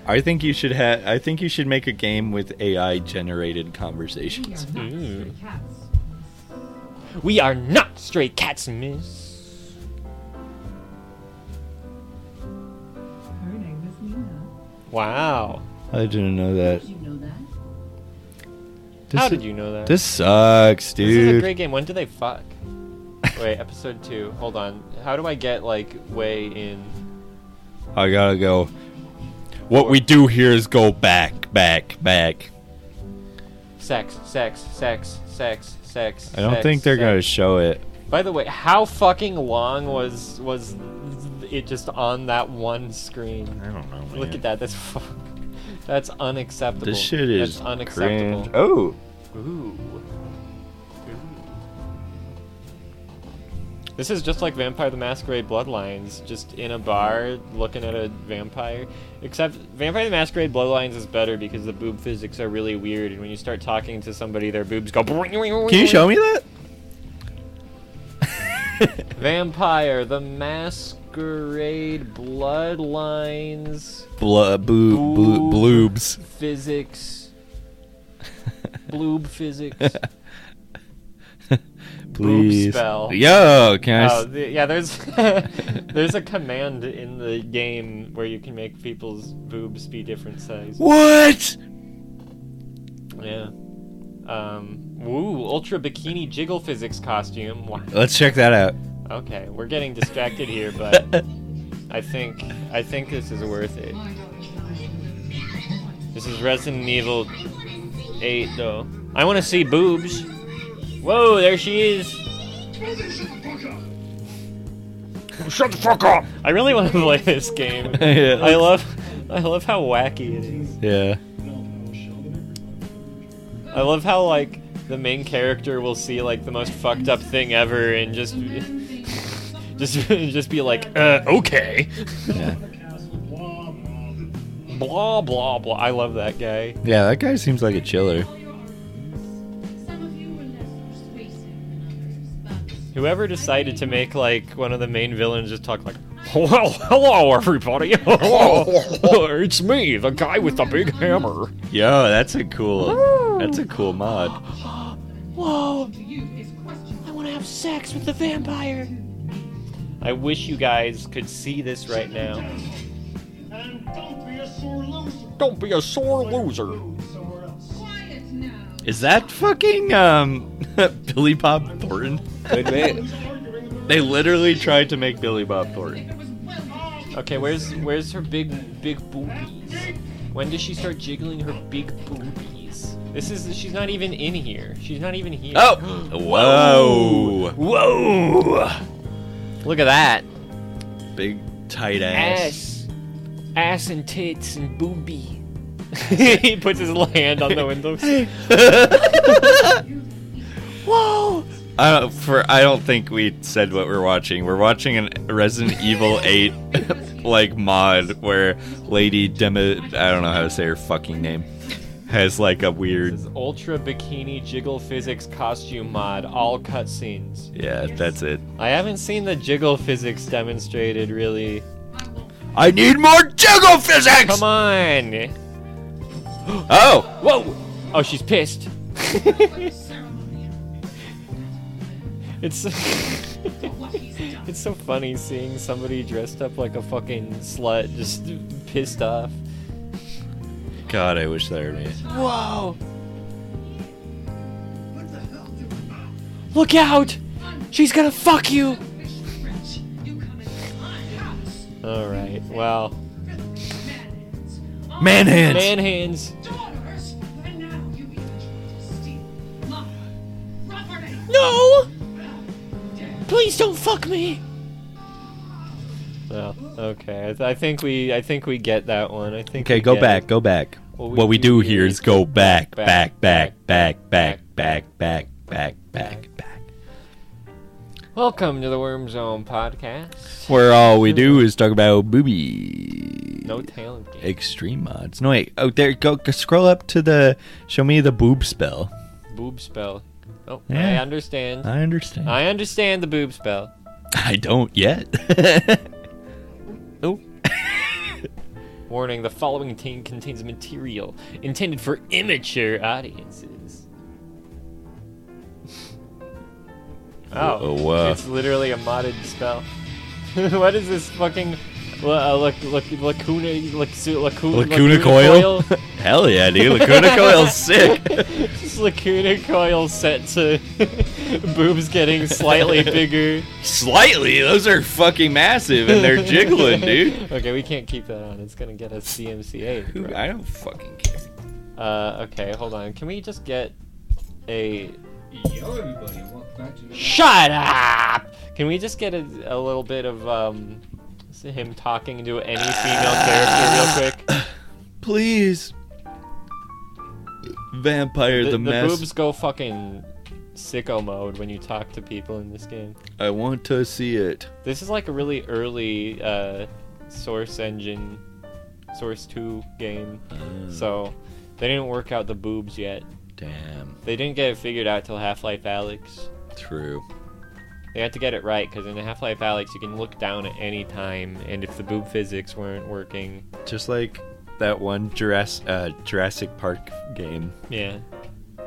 I think you should have. I think you should make a game with AI generated conversations.
We are not stray cats.
We are not stray cats, miss.
Her name is Nina.
Wow.
I didn't know that.
Did you know that?
This,
How did you know that?
This sucks,
This is a
dude.
great game. When do they fuck? Wait, episode two. Hold on. How do I get like way in?
I gotta go. What we do here is go back, back, back.
Sex, sex, sex, sex, sex.
I don't
sex,
think they're gonna
sex.
show it.
By the way, how fucking long was was it just on that one screen?
I don't know.
Look at that. That's fu- that's unacceptable.
This shit is
that's unacceptable.
cringe. Oh,
Ooh. This is just like Vampire the Masquerade Bloodlines, just in a bar looking at a vampire. Except Vampire the Masquerade Bloodlines is better because the boob physics are really weird, and when you start talking to somebody, their boobs go.
can you show me that?
Vampire the Masquerade Bloodlines
Blah, boo, blue, bloobs.
physics. Bloob physics.
Please.
spell.
Yo, can I?
Oh,
s-
the, yeah, there's there's a command in the game where you can make people's boobs be different sizes.
what?
Yeah. Um, woo, ultra bikini jiggle physics costume. Wow.
Let's check that out.
Okay, we're getting distracted here, but I think I think this is worth it. This is Resident Evil 8, though. I want to see boobs. Whoa, there she is.
Shut the fuck up!
I really want to play this game.
Yeah.
I love I love how wacky it is.
Yeah.
I love how like the main character will see like the most fucked up thing ever and just just just be like oh,
Uh, okay.
Yeah.
blah blah blah. I love that guy.
Yeah, that guy seems like a chiller.
Some of you were less persuasive than others, but
Whoever decided to make like one of the main villains just talk like
Well, hello, everybody. it's me, the guy with the big hammer.
Yo, that's a cool. That's a cool mod.
whoa,
to you is question.
I want to have sex with the vampire. I wish you guys could see this right now.
And don't be a sore loser.
Don't be a sore loser.
Somewhere else.
Quiet now.
Is that fucking um Billy Bob Thornton? They literally tried to make Billy Bob Thornton.
It was well marked.
Okay, where's where's her big big boobies? When does she start jiggling her big boobies? This is she's not even in here. She's not even here.
Oh, whoa,
Whoa!
look at that
big tight ass.
ass, ass and tits and booby. he puts his hand on the window. Whoa!
I don't, for I don't think we said what we're watching. We're watching a Resident Evil 8 like mod where Lady Demi I don't know how to say her fucking name. has like a weird.
This is Ultra Bikini Jiggle Physics Costume Mod, all cutscenes.
Yeah, that's it.
I haven't seen the jiggle physics demonstrated really.
I won't.
I need more jiggle physics.
Come on!
Oh,
Whoa! Oh, she's pissed.
What ceremony?
It's
What he's done.
it's so funny seeing somebody dressed up like a fucking slut, just pissed off.
God, I wish there were.
Whoa!
What the hell do we know?
Look out! She's gonna fuck you!
Fish French, you come into my house.
All right. Well,
Manhands. On
Man hands.
man hands.
Daughters, and now you even try to steal my property.
No!
How dare
Please don't fuck me. Oh, okay. I, th- I think we I think we get that one. I think.
Okay,
we
go
get
back,
it.
go back.
What
What
we
we,
do
do
here
here
is
is go back,
back,
back, back, back, back,
back,
back, back, back, back, back.
Welcome to the Worm Zone podcast.
Where all we do is talk about booby
No talent game.
extreme mods. No wait, oh there, go, go scroll up to the show me the boob spell.
Boob spell. Oh, I
Yeah. Uh.
understand.
I understand. I,
I understand the boob spell.
don't yet.
Oh. Warning: The following team contains material intended for immature audiences. Oh,
Oh, wow.
it's literally a modded spell. what is this fucking? La, uh, look, look, lacuna, lacu, lacu,
Lacuna coil. Hell yeah, dude. Lacuna coil's sick.
Just lacuna coil set to boobs getting slightly bigger.
Slightly. Those are fucking massive, and they're jiggling, dude.
Okay, we can't keep that on. It's gonna get us CMCA.
Who- I don't fucking care.
Uh, okay, hold on. Can we just get a
Hello, everybody. Welcome back to the.
shut up? Can we just get a, a little bit of um s- him talking to any female character real quick?
Please. Vampire the,
The, the
mask.
boobs go fucking sicko mode when you talk to people in this game.
I want to see it.
This is like a really early uh, Source Engine, Source Two game,
Oh, Hmm.
so they didn't work out the boobs yet.
Damn.
They didn't get it figured out till Half Life Alyx.
True.
They had to get it right because in Half Life Alyx, you can look down at any time, and if the boob physics weren't working,
Just like that one Jurassic, uh, Jurassic Park game.
yeah,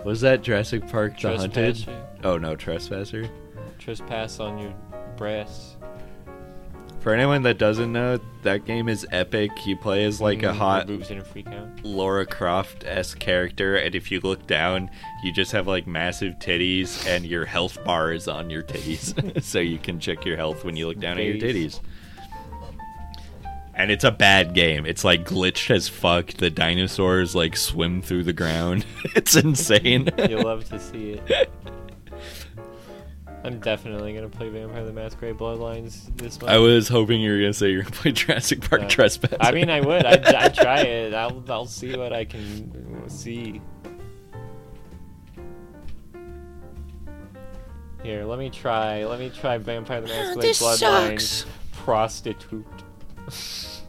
Was that Jurassic Park The Hunted?
trespasser,
Oh no, Trespasser.
trespass on your breasts.
For anyone that doesn't know, that game is epic. You play as like a
Mm,
hot
your boobs in a freak out.
Laura Croft esque character, and if you look down, you just have like massive titties, and your health bar is on your titties, so you can check your health when you look down at your
Titties.
titties. And it's a bad game. It's like glitched as fuck. The dinosaurs like swim through the ground. it's insane.
You'll love to see it. I'm definitely gonna play Vampire the Masquerade Bloodlines this month.
I was hoping you were gonna say you're gonna play Jurassic Park
No.
Trespass.
I mean, I would. I'd, I'd try it. I'll, I'll see what I can see. Here, let me try. Let me try Vampire the Masquerade Bloodlines. Prostitute.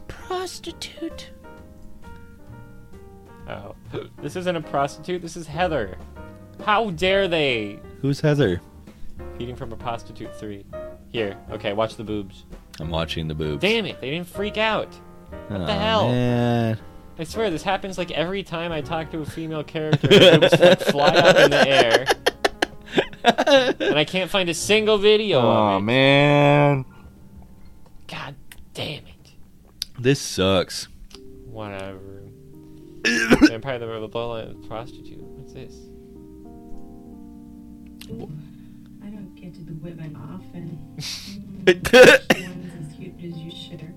Prostitute.
Oh, this isn't a prostitute. This is Heather. How dare they?
Who's Heather?
Feeding from a prostitute three. Here, okay, watch the boobs.
I'm watching the boobs.
Damn it, they didn't freak out.
what
the hell?
Man.
I swear, this happens like every time I talk to a female character. her boobs like, fly up in the air. and I can't find a single video
Oh
of it.
man,
God damn it.
this sucks.
Whatever. Vampire the River Bloodline prostitute. What's this?
I don't get to the women often.
That's
One's as cute as you shitter.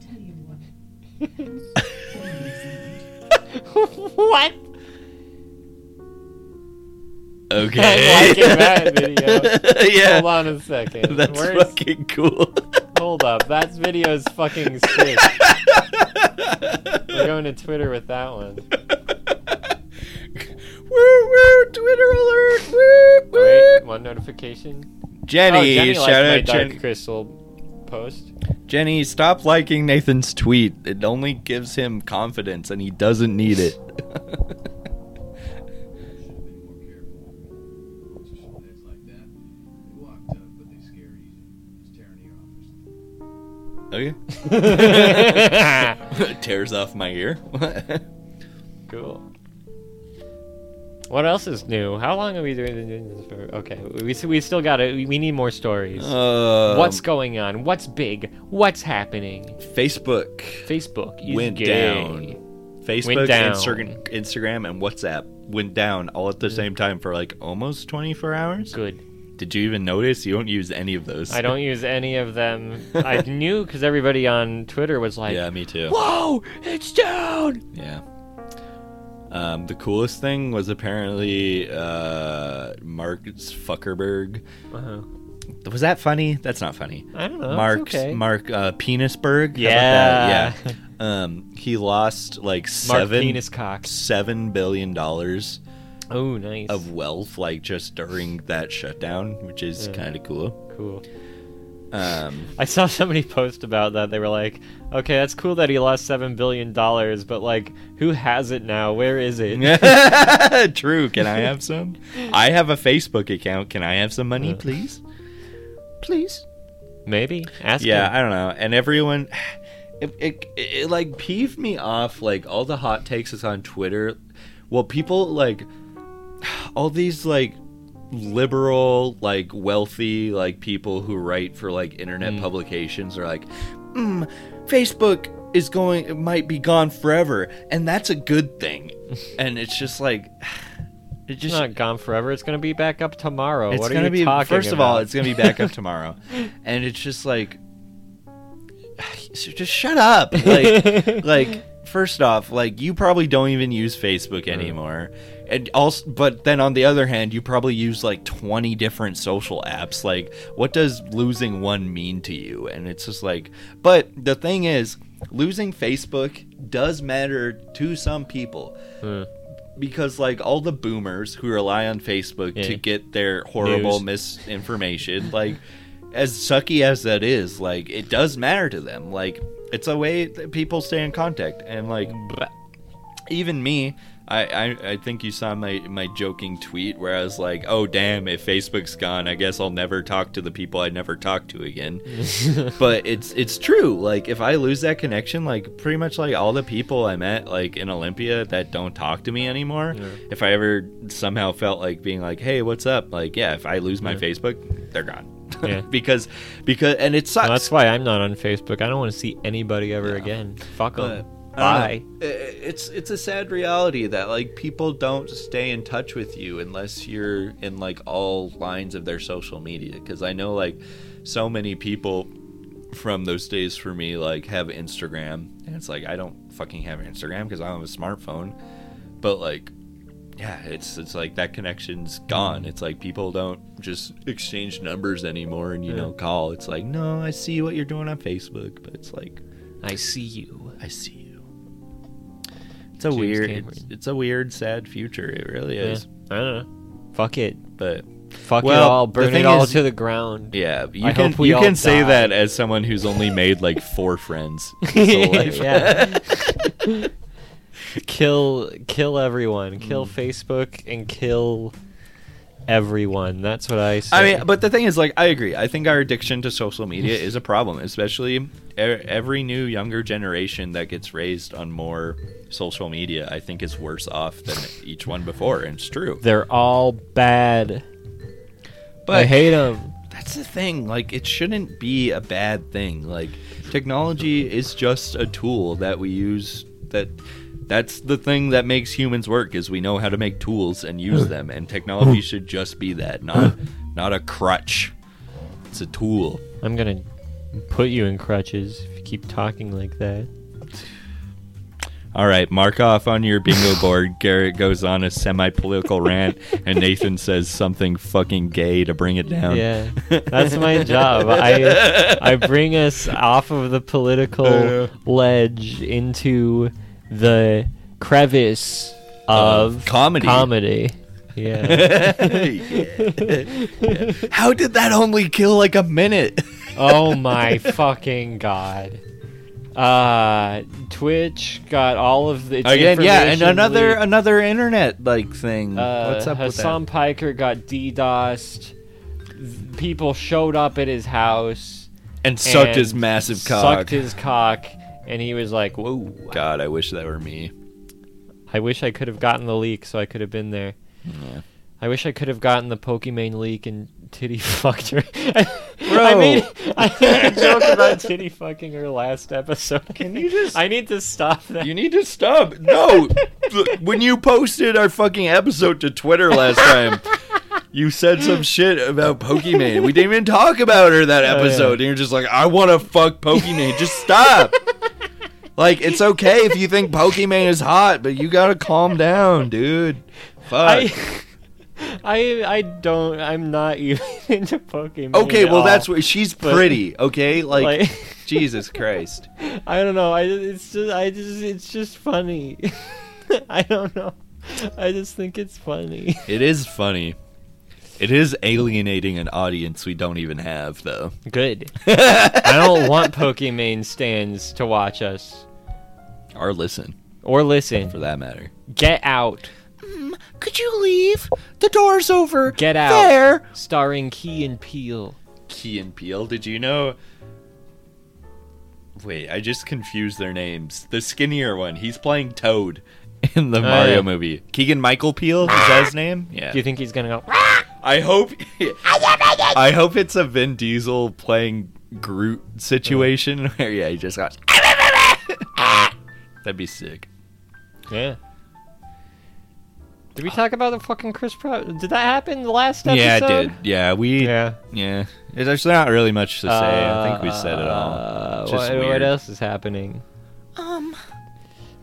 Tell you what.
what?
Okay.
I'm liking that video.
yeah.
Hold on a second.
That's
Where's...
fucking cool.
Hold up. That video is fucking sick. We're going to Twitter with that one.
woo woo! Twitter alert! Woo
Wait,
woo!
one notification.
Jenny,
oh, Jenny likes
shout
my
out
Dark
Jen-
Crystal post.
Jenny, stop liking Nathan's tweet. It only gives him confidence, and he doesn't need it.
should have been more careful. Just some heads like that. They walked up, but they scare easy. It's tearing you off or something.
okay. Tears off my ear.
Cool. What else is new? How long are we doing this for? Okay, we s- we still got it. We need more stories.
Um,
What's going on? What's big? What's happening?
Facebook?
Facebook is
went
gay.
down. Facebook,
Went down.
Instagram, Instagram, and WhatsApp went down all at the same time for like almost 24 hours.
Good.
Did you even notice? You don't use any of those.
I don't use any of them. I knew because everybody on Twitter was like,
yeah, me too.
Oh,
"Whoa, it's down!"
Yeah. Um, the coolest thing was apparently uh, Mark Zuckerberg.
Uh-huh.
Was that funny? That's not funny.
I don't know. it's
Mark
okay.
Mark uh, Penisberg. How about
Yeah.
that? yeah. Um, he lost like
Mark
seven
Penis Cox.
seven billion dollars
Oh, nice.
of wealth, like just during that shutdown, which is
Yeah.
kind of cool.
cool.
Um,
I saw somebody post about that. They were like, "Okay, that's cool that he lost seven billion dollars, but like, who has it now? Where is it?"
True. Can I have some? I have a Facebook account. Can I have some money, please? Uh. Please.
Maybe ask.
yeah,
him.
I don't know. And everyone, it, it, it like peeved me off. Like all the hot takes is on Twitter. Well, people like all these like liberal, like wealthy, like people who write for like internet publications are like, mm, Facebook is going it might be gone forever, and that's a good thing. and it's just like. It
It's
just
not gone forever. It's gonna be back up tomorrow.
it's
what are
gonna
you
be
talking
first of all,
about?
it's gonna be back up tomorrow, and it's just like, just shut up. Like, like first off, like you probably don't even use Facebook anymore, and also, but then on the other hand, you probably use like twenty different social apps. Like, what does losing one mean to you? And it's just like, but the thing is, losing Facebook does matter to some people because like all the boomers who rely on Facebook
Yeah.
to get their horrible misinformation, like as sucky as that is, like it does matter to them. Like it's a way that people stay in contact, and like even me. I, I, I think you saw my, my joking tweet where I was like, oh, damn, if Facebook's gone, I guess I'll never talk to the people I never talked to again but it's it's true. Like if I lose that connection, like pretty much like all the people I met like in Olympia that don't talk to me anymore. If I ever somehow felt like being like, hey, what's up? Like yeah, if I lose my Facebook, they're gone.
Yeah.
because because and it
Well,
sucks.
that's why I'm not on Facebook. I don't want to see anybody ever again. Fuck
But,
them.
I
Bye.
don't know. I- I- It's it's a sad reality that like people don't stay in touch with you unless you're in like all lines of their social media. Because I know like so many people from those days for me like have Instagram, and it's like I don't fucking have Instagram because I don't have a smartphone. But like, yeah, it's it's like that connection's gone. It's like people don't just exchange numbers anymore, and you don't call. It's like no, I see what you're doing on Facebook, but it's like.
I see you.
I see you. It's a
James
weird,
Cameron.
it's, it's a weird, sad future. It really
Yeah.
is.
I don't know. Fuck it.
But
Fuck
Well,
it all.
the
Burn
thing
it all
is-
to the ground.
yeah, you
I
can
hope we
you
all
can say
die.
that as someone who's only made like four friends. his whole life.
Yeah. kill kill everyone.
Hmm.
Kill Facebook and kill everyone. That's what I say.
I mean, but the thing is, like, I agree. I think our addiction to social media is a problem, especially e- every new younger generation that gets raised on more social media. I think is worse off than each one before, and it's true.
they're all bad.
But
I hate them.
That's the thing. Like, it shouldn't be a bad thing. Like, technology is just a tool that we use. That that's the thing that makes humans work is we know how to make tools and use them. And technology should just be that, not not a crutch. It's a tool.
I'm gonna put you in crutches if you keep talking like that.
All right, mark off on your bingo board. Garrett goes on a semi-political rant, and Nathan says something fucking gay to bring it down.
Yeah, that's my job. I I bring us off of the political
Yeah.
ledge into the crevice
Of
of
comedy.
Comedy. Yeah.
Yeah. How did that only kill like a minute?
oh my fucking god. Uh, Twitch got all of the its
Again, yeah, and
information
another
leaked.
another internet like thing.
Uh,
What's up
Hassan
with
Piker got DDoSed. Th- People showed up at his house.
that? And sucked
and
his massive cock.
Sucked his cock, and he was like, "Whoa!
God, I wish that were me.
I wish I could have gotten the leak, so I could have been there.
Yeah.
I wish I could have gotten the Pokimane leak and titty fucked her. I made I made a joke about titty fucking her last episode. Can
you just-
I need to stop that.
You need to stop. No, when you posted our fucking episode to Twitter last time, you said some shit about Pokimane. We didn't even talk about her that
Oh, yeah.
episode, and you're just like, I want to fuck Pokimane. just stop. Like it's okay if you think Pokimane is hot, but you gotta calm down, dude. Fuck.
I, I I don't. I'm not even into Pokemon.
okay,
at
well
all.
that's what she's
but-
pretty. Okay, like,
Like-
Jesus Christ.
I don't know. I it's just I just it's just funny. I don't know. I just think it's funny.
It is funny. It is alienating an audience we don't even have, though.
Good. I don't want Pokimane stands to watch us
Or listen,
or listen.
for that matter.
Get out.
Could you leave? The door's over.
Get out.
There.
Starring Key and Peele.
Key and Peele, did you know? Wait, I just confused their names. The skinnier one, he's playing Toad in the Mario
yeah.
movie. Keegan Michael Peele, is that his name? Yeah.
Do you think he's gonna go?
I hope I hope it's a Vin Diesel playing Groot situation where yeah, he just goes That'd be sick.
Yeah. Did we talk about the fucking Chris Pratt? Did that happen the last episode?
Yeah, it did. Yeah, we
Yeah.
Yeah. There's actually not really much to say. I think we said it all.
Uh,
It's just
what, what
weird.
else is happening?
Um,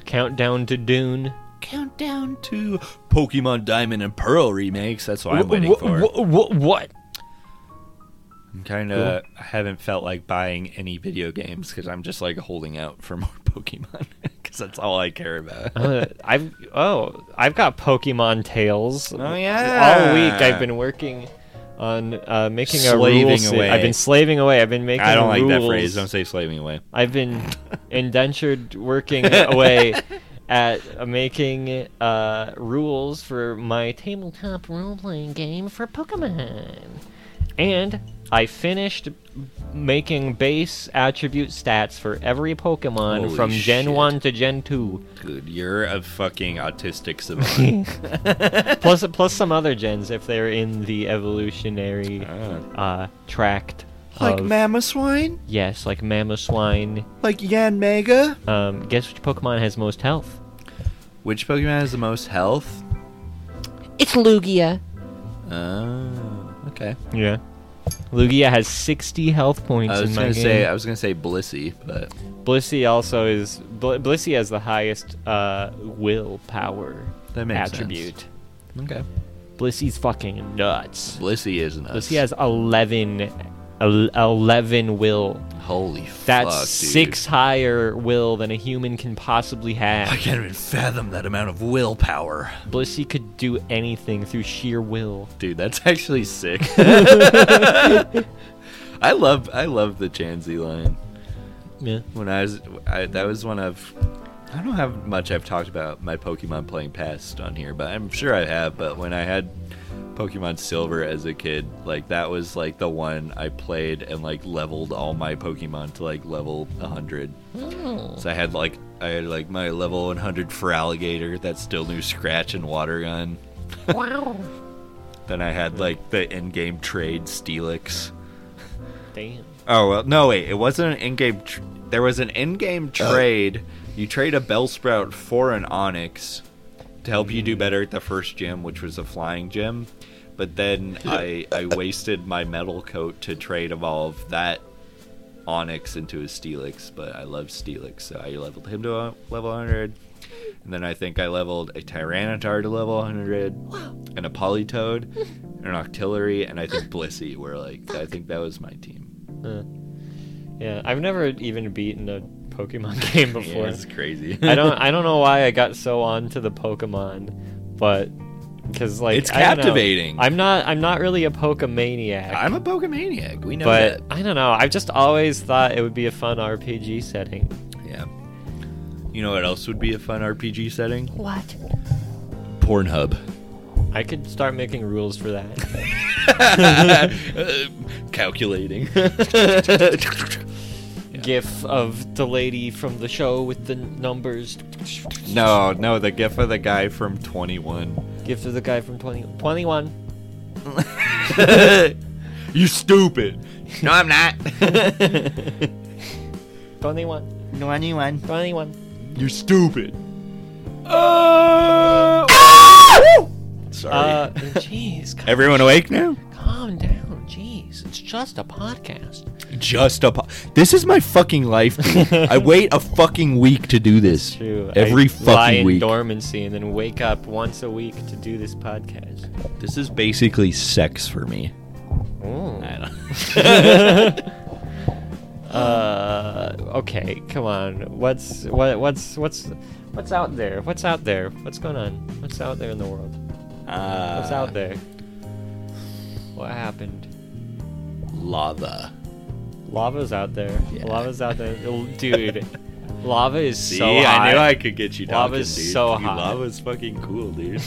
Countdown to Dune.
countdown to Pokemon Diamond and Pearl remakes. That's what I'm waiting for.
what?
I'm kind of I haven't felt like buying any video games because I'm just like holding out for more Pokemon because that's all I care about.
Uh, I've oh, I've got Pokemon Tales.
Oh, yeah.
All week I've been working on uh, making a
Slaving
rule. si-
away.
I've been slaving away. I've been making.
I don't like that
rules.
phrase. Don't say slaving away.
I've been indentured working away at making uh, rules for my tabletop role playing game for Pokemon. And I finished making base attribute stats for every Pokemon
Holy
from Gen
shit.
1 to Gen 2.
Dude, you're a fucking autistic savant.
plus, plus some other gens if they're in the evolutionary
Ah.
uh, tract. of-
Mamoswine?
Yes, like Mamoswine.
Like Yan Mega?
Um, guess which Pokemon has most health?
Which Pokemon has the most health?
It's Lugia.
Oh, okay.
Yeah. Lugia has 60 health points
I was
in my
gonna
game.
say uh, I was gonna say Blissey, but
Blissey also is Bl- Blissey has the highest uh, willpower
That makes sense.
attribute.
okay.
Blissey's fucking nuts.
Blissey is nuts.
Blissey has 11 el- 11 will.
Holy
That's
fuck, dude.
6 higher will than a human can possibly
I
have.
can't even fathom that amount of willpower.
Blissey could do anything through sheer will.
Dude, that's actually sick. I love I love the Chansey line.
Yeah.
When I was I, that was one of I don't know how much I've talked about my Pokemon playing past on here, but I'm sure I have, but when I had Pokemon Silver as a kid, like that was like the one I played and like leveled all my Pokemon to like level 100. So I had like I had like my level 100 for alligator that still knew scratch and water gun.
wow.
Then I had like the in-game trade Steelix.
Damn.
Oh well, no wait, it wasn't an in-game. Tr- there was an in-game trade. You trade a Bellsprout for an Onyx to help you do better at the first gym, which was a flying gym. But then I I wasted my metal coat to trade evolve that Onyx into a Steelix. But I love Steelix, so I leveled him to a level 100. And then I think I leveled a Tyranitar to level 100, and a Politoed, and an Octillery, and I think Blissey were like, I think that was my team.
Yeah, I've never even beaten a Pokemon game before.
Yeah, it's crazy.
I don't I don't know why I got so on to the Pokemon, but because like
It's
I don't know.
captivating.
I'm not. I'm not really a Pokemaniac.
I'm a Pokemaniac. We know
but I don't know. I've just always thought it would be a fun RPG setting.
that. Yeah. You know what else would be a fun RPG setting?
What?
Pornhub.
I could start making rules for that.
Uh, calculating.
GIF of the lady from the show with the numbers.
no, no, the gif of the guy from 21.
GIF of the guy from 20, 21.
you stupid. No, I'm not.
21.
no, anyone.
21.
You're stupid. Uh, Sorry.
Uh, jeez, calm,
Everyone awake now?
calm down. Jeez, it's just a podcast.
Just a. Po- this is my fucking life. dude. I wait a fucking week to do this.
True.
Every
I lie
fucking
in
week.
dormancy and then wake up once a week to do this podcast.
This is basically sex for me.
Ooh.
I don't.
Uh, okay, come on. What's what? What's what's what's out there? What's out there? What's going on? What's out there in the world?
Uh,
What's out there? What happened?
Uh, Lava.
Lava's out there.
Yeah.
Lava's out there, L- dude. lava is
See,
so hot.
I knew I could get you talking,
Lava's
dude.
so
Dude,
hot.
Lava's fucking cool, dude.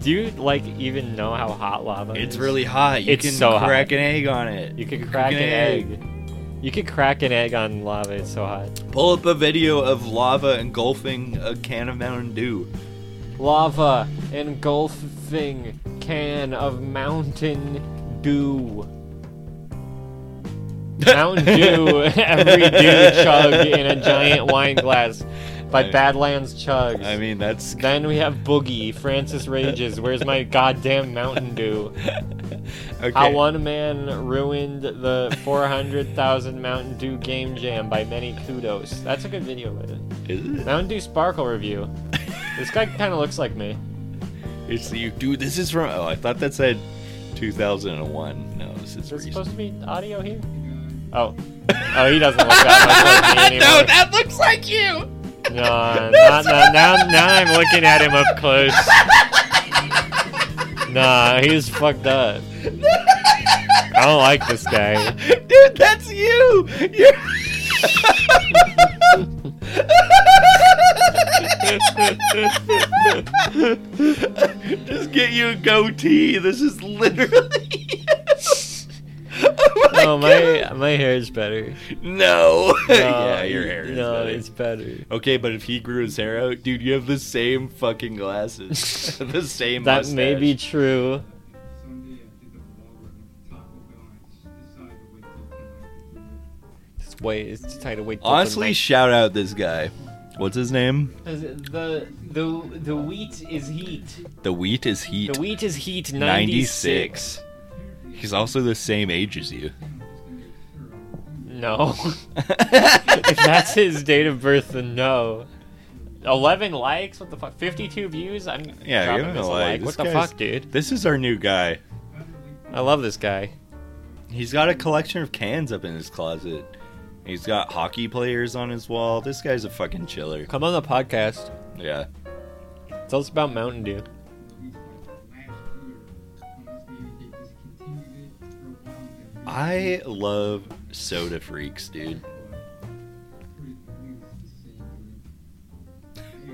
Do you like even know how hot lava is?
it's really hot. You
It's
can
so hot.
crack an egg on it.
You could crack an egg. You could crack an egg on lava. It's so hot.
Pull up a video of lava engulfing a can of Mountain Dew.
Lava engulfing can of Mountain Dew. Mountain Dew. Every dude chug in a giant wine glass by Badlands Chugs.
I mean, that's
Then we have Boogie, Francis Rages. Where's my goddamn Mountain Dew?
okay.
How one man ruined the 400,000 Mountain Dew game jam by many kudos. That's a good video. By the way.
Is it?
Mountain Dew Sparkle review. This guy kind of looks like me.
It's you, dude. This is from. Oh, I thought that said 2001. No, this is
Is this
recent.
supposed to be audio here? Oh. Oh, he doesn't look that much like me anymore. No, that looks like you! No, not, not, now, now I'm looking at him up close. Nah, he's fucked up. I don't like this guy.
Dude, that's you. You're... Just get you a goatee. This is literally. oh my
Oh, my my hair is better.
God. No. yeah,
No,
your hair is
No,
better.
it's better.
Okay, but if he grew his hair out, dude, you have the same fucking glasses, the same.
That
mustache.
may be true.
Someday I did a vlog of Taco Bell and I just decided to wake up and like
It's way it's tight away.
Honestly, shout out this guy. What's his name?
the the the wheat is heat.
The wheat is heat.
The wheat is heat. Ninety
96.
six.
He's also the same age as you.
No. if that's his date of birth, then no. 11 likes? What the fuck? 52 views? I'm
Yeah,
dropping
give him
this
a
a
like.
like.
This
What the
guy's-
fuck, dude?
This is our new guy.
I love this guy.
He's got a collection of cans up in his closet. He's got hockey players on his wall. This guy's a fucking chiller.
Come on the podcast.
Yeah.
Tell us about Mountain Dew.
I love soda freaks, dude.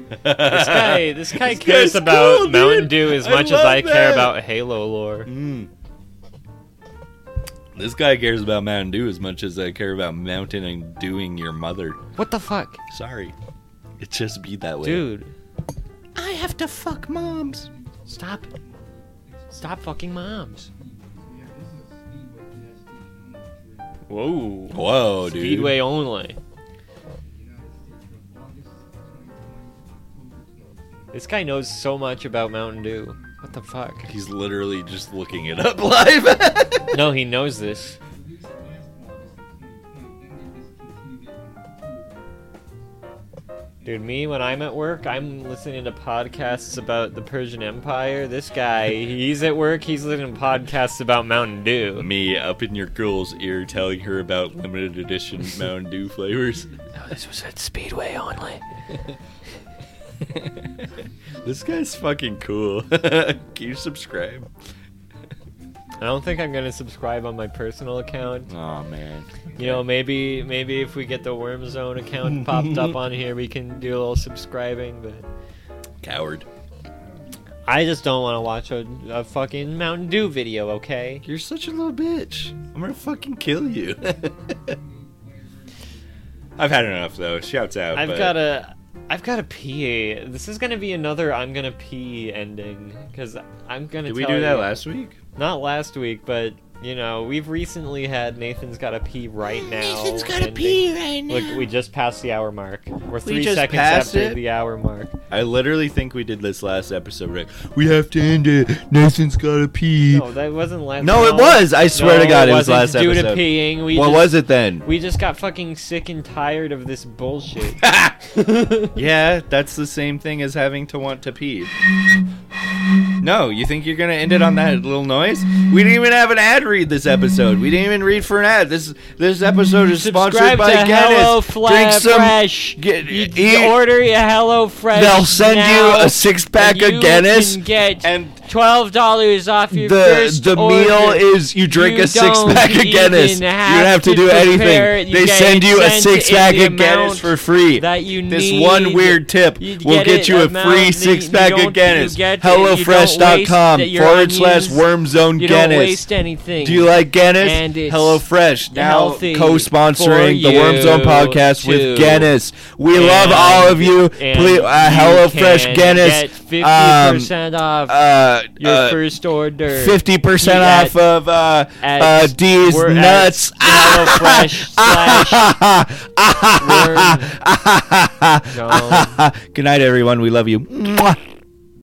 this
This guy, this guy
This
cares
guy's
about
cool, dude.
Mountain Dew as
I
much as
love
I care
that.
about Halo lore.
Mm. This guy cares about Mountain Dew as much as I care about Mountain and doing your mother.
What the fuck?
Sorry. It just be that way.
Dude,
I have to fuck moms.
stop. Stop fucking moms.
E.
Whoa.
Whoa, dude.
Speedway only. This guy knows so much about Mountain Dew. What the fuck?
He's literally just looking it up live.
No, he knows this. Dude, me when I'm at work, I'm listening to podcasts about the Persian Empire. This guy, he's at work, he's listening to podcasts about Mountain Dew.
Me up in your girl's ear telling her about limited edition Mountain Dew flavors.
This was at Speedway only.
this guy's fucking cool. Can you subscribe?
I don't think I'm gonna subscribe on my personal account.
Oh man.
You know, maybe maybe if we get the Worm Zone account popped up on here, we can do a little subscribing. But
Coward.
I just don't want to watch a, a fucking Mountain Dew video. Okay.
You're such a little bitch. I'm gonna fucking kill you. I've had enough though. Shouts out.
I've
but
got to I've got to pee. This is gonna be another I'm gonna pee ending because I'm gonna.
Did we
tell
do that
you-
last week?
Not last week, but you know we've recently had Nathan's gotta pee right now. Nathan's gotta pee right now. Look, we just passed the hour mark. We're three
just
seconds
passed
after
it?
the hour mark.
I literally think we did this last episode. Rick. We have to end it. Nathan's gotta pee.
No, that wasn't last.
No, it was. I swear
No,
to God, it, was
wasn't
last
due
episode.
to peeing. We
what
just,
was it then?
We just got fucking sick and tired of this bullshit.
yeah, that's the same thing as having to want to pee. No, you think you're gonna end it on that little noise? We didn't even have an ad read this episode. We didn't even read for an ad. This this episode is
Subscribe
sponsored by
to
Guinness.
Hello Fla-
Drink some.
Fresh.
get-
you,
eat-
order your Hello Fresh.
They'll send
now,
you a six pack
and
of
you
Guinness,
can get
and
twelve dollars off your
the
first
the
order.
meal is you drink
You
a six
don't
pack of Guinness.
even
You don't
have
have to,
to
do
prepare it.
anything.
You
They
get
send
it
you a
sent
six
in
pack
the
of Guinness
amount
for free.
that you need.
This one weird tip
You
will
get
get
it
you a
amount
free
that
six
you
pack
don't- you
of Guinness.
get it, you don't
HelloFresh.com
waste your
forward slash
onions,
worm zone
You don't
Guinness.
waste anything.
Do you like Guinness?
And it's
HelloFresh now
healthy
co-sponsoring
for
the Worm Zone
you
podcast
too.
with Guinness. We
And-
love all of you.
and
Please, uh,
you
HelloFresh
can
Guinness.
Get fifty percent off
uh,
your
uh,
first order.
fifty percent
at-
off of uh,
at-
uh, D's
we're at
nuts.
HelloFresh Worm
Good night, everyone. We love you. Mwah.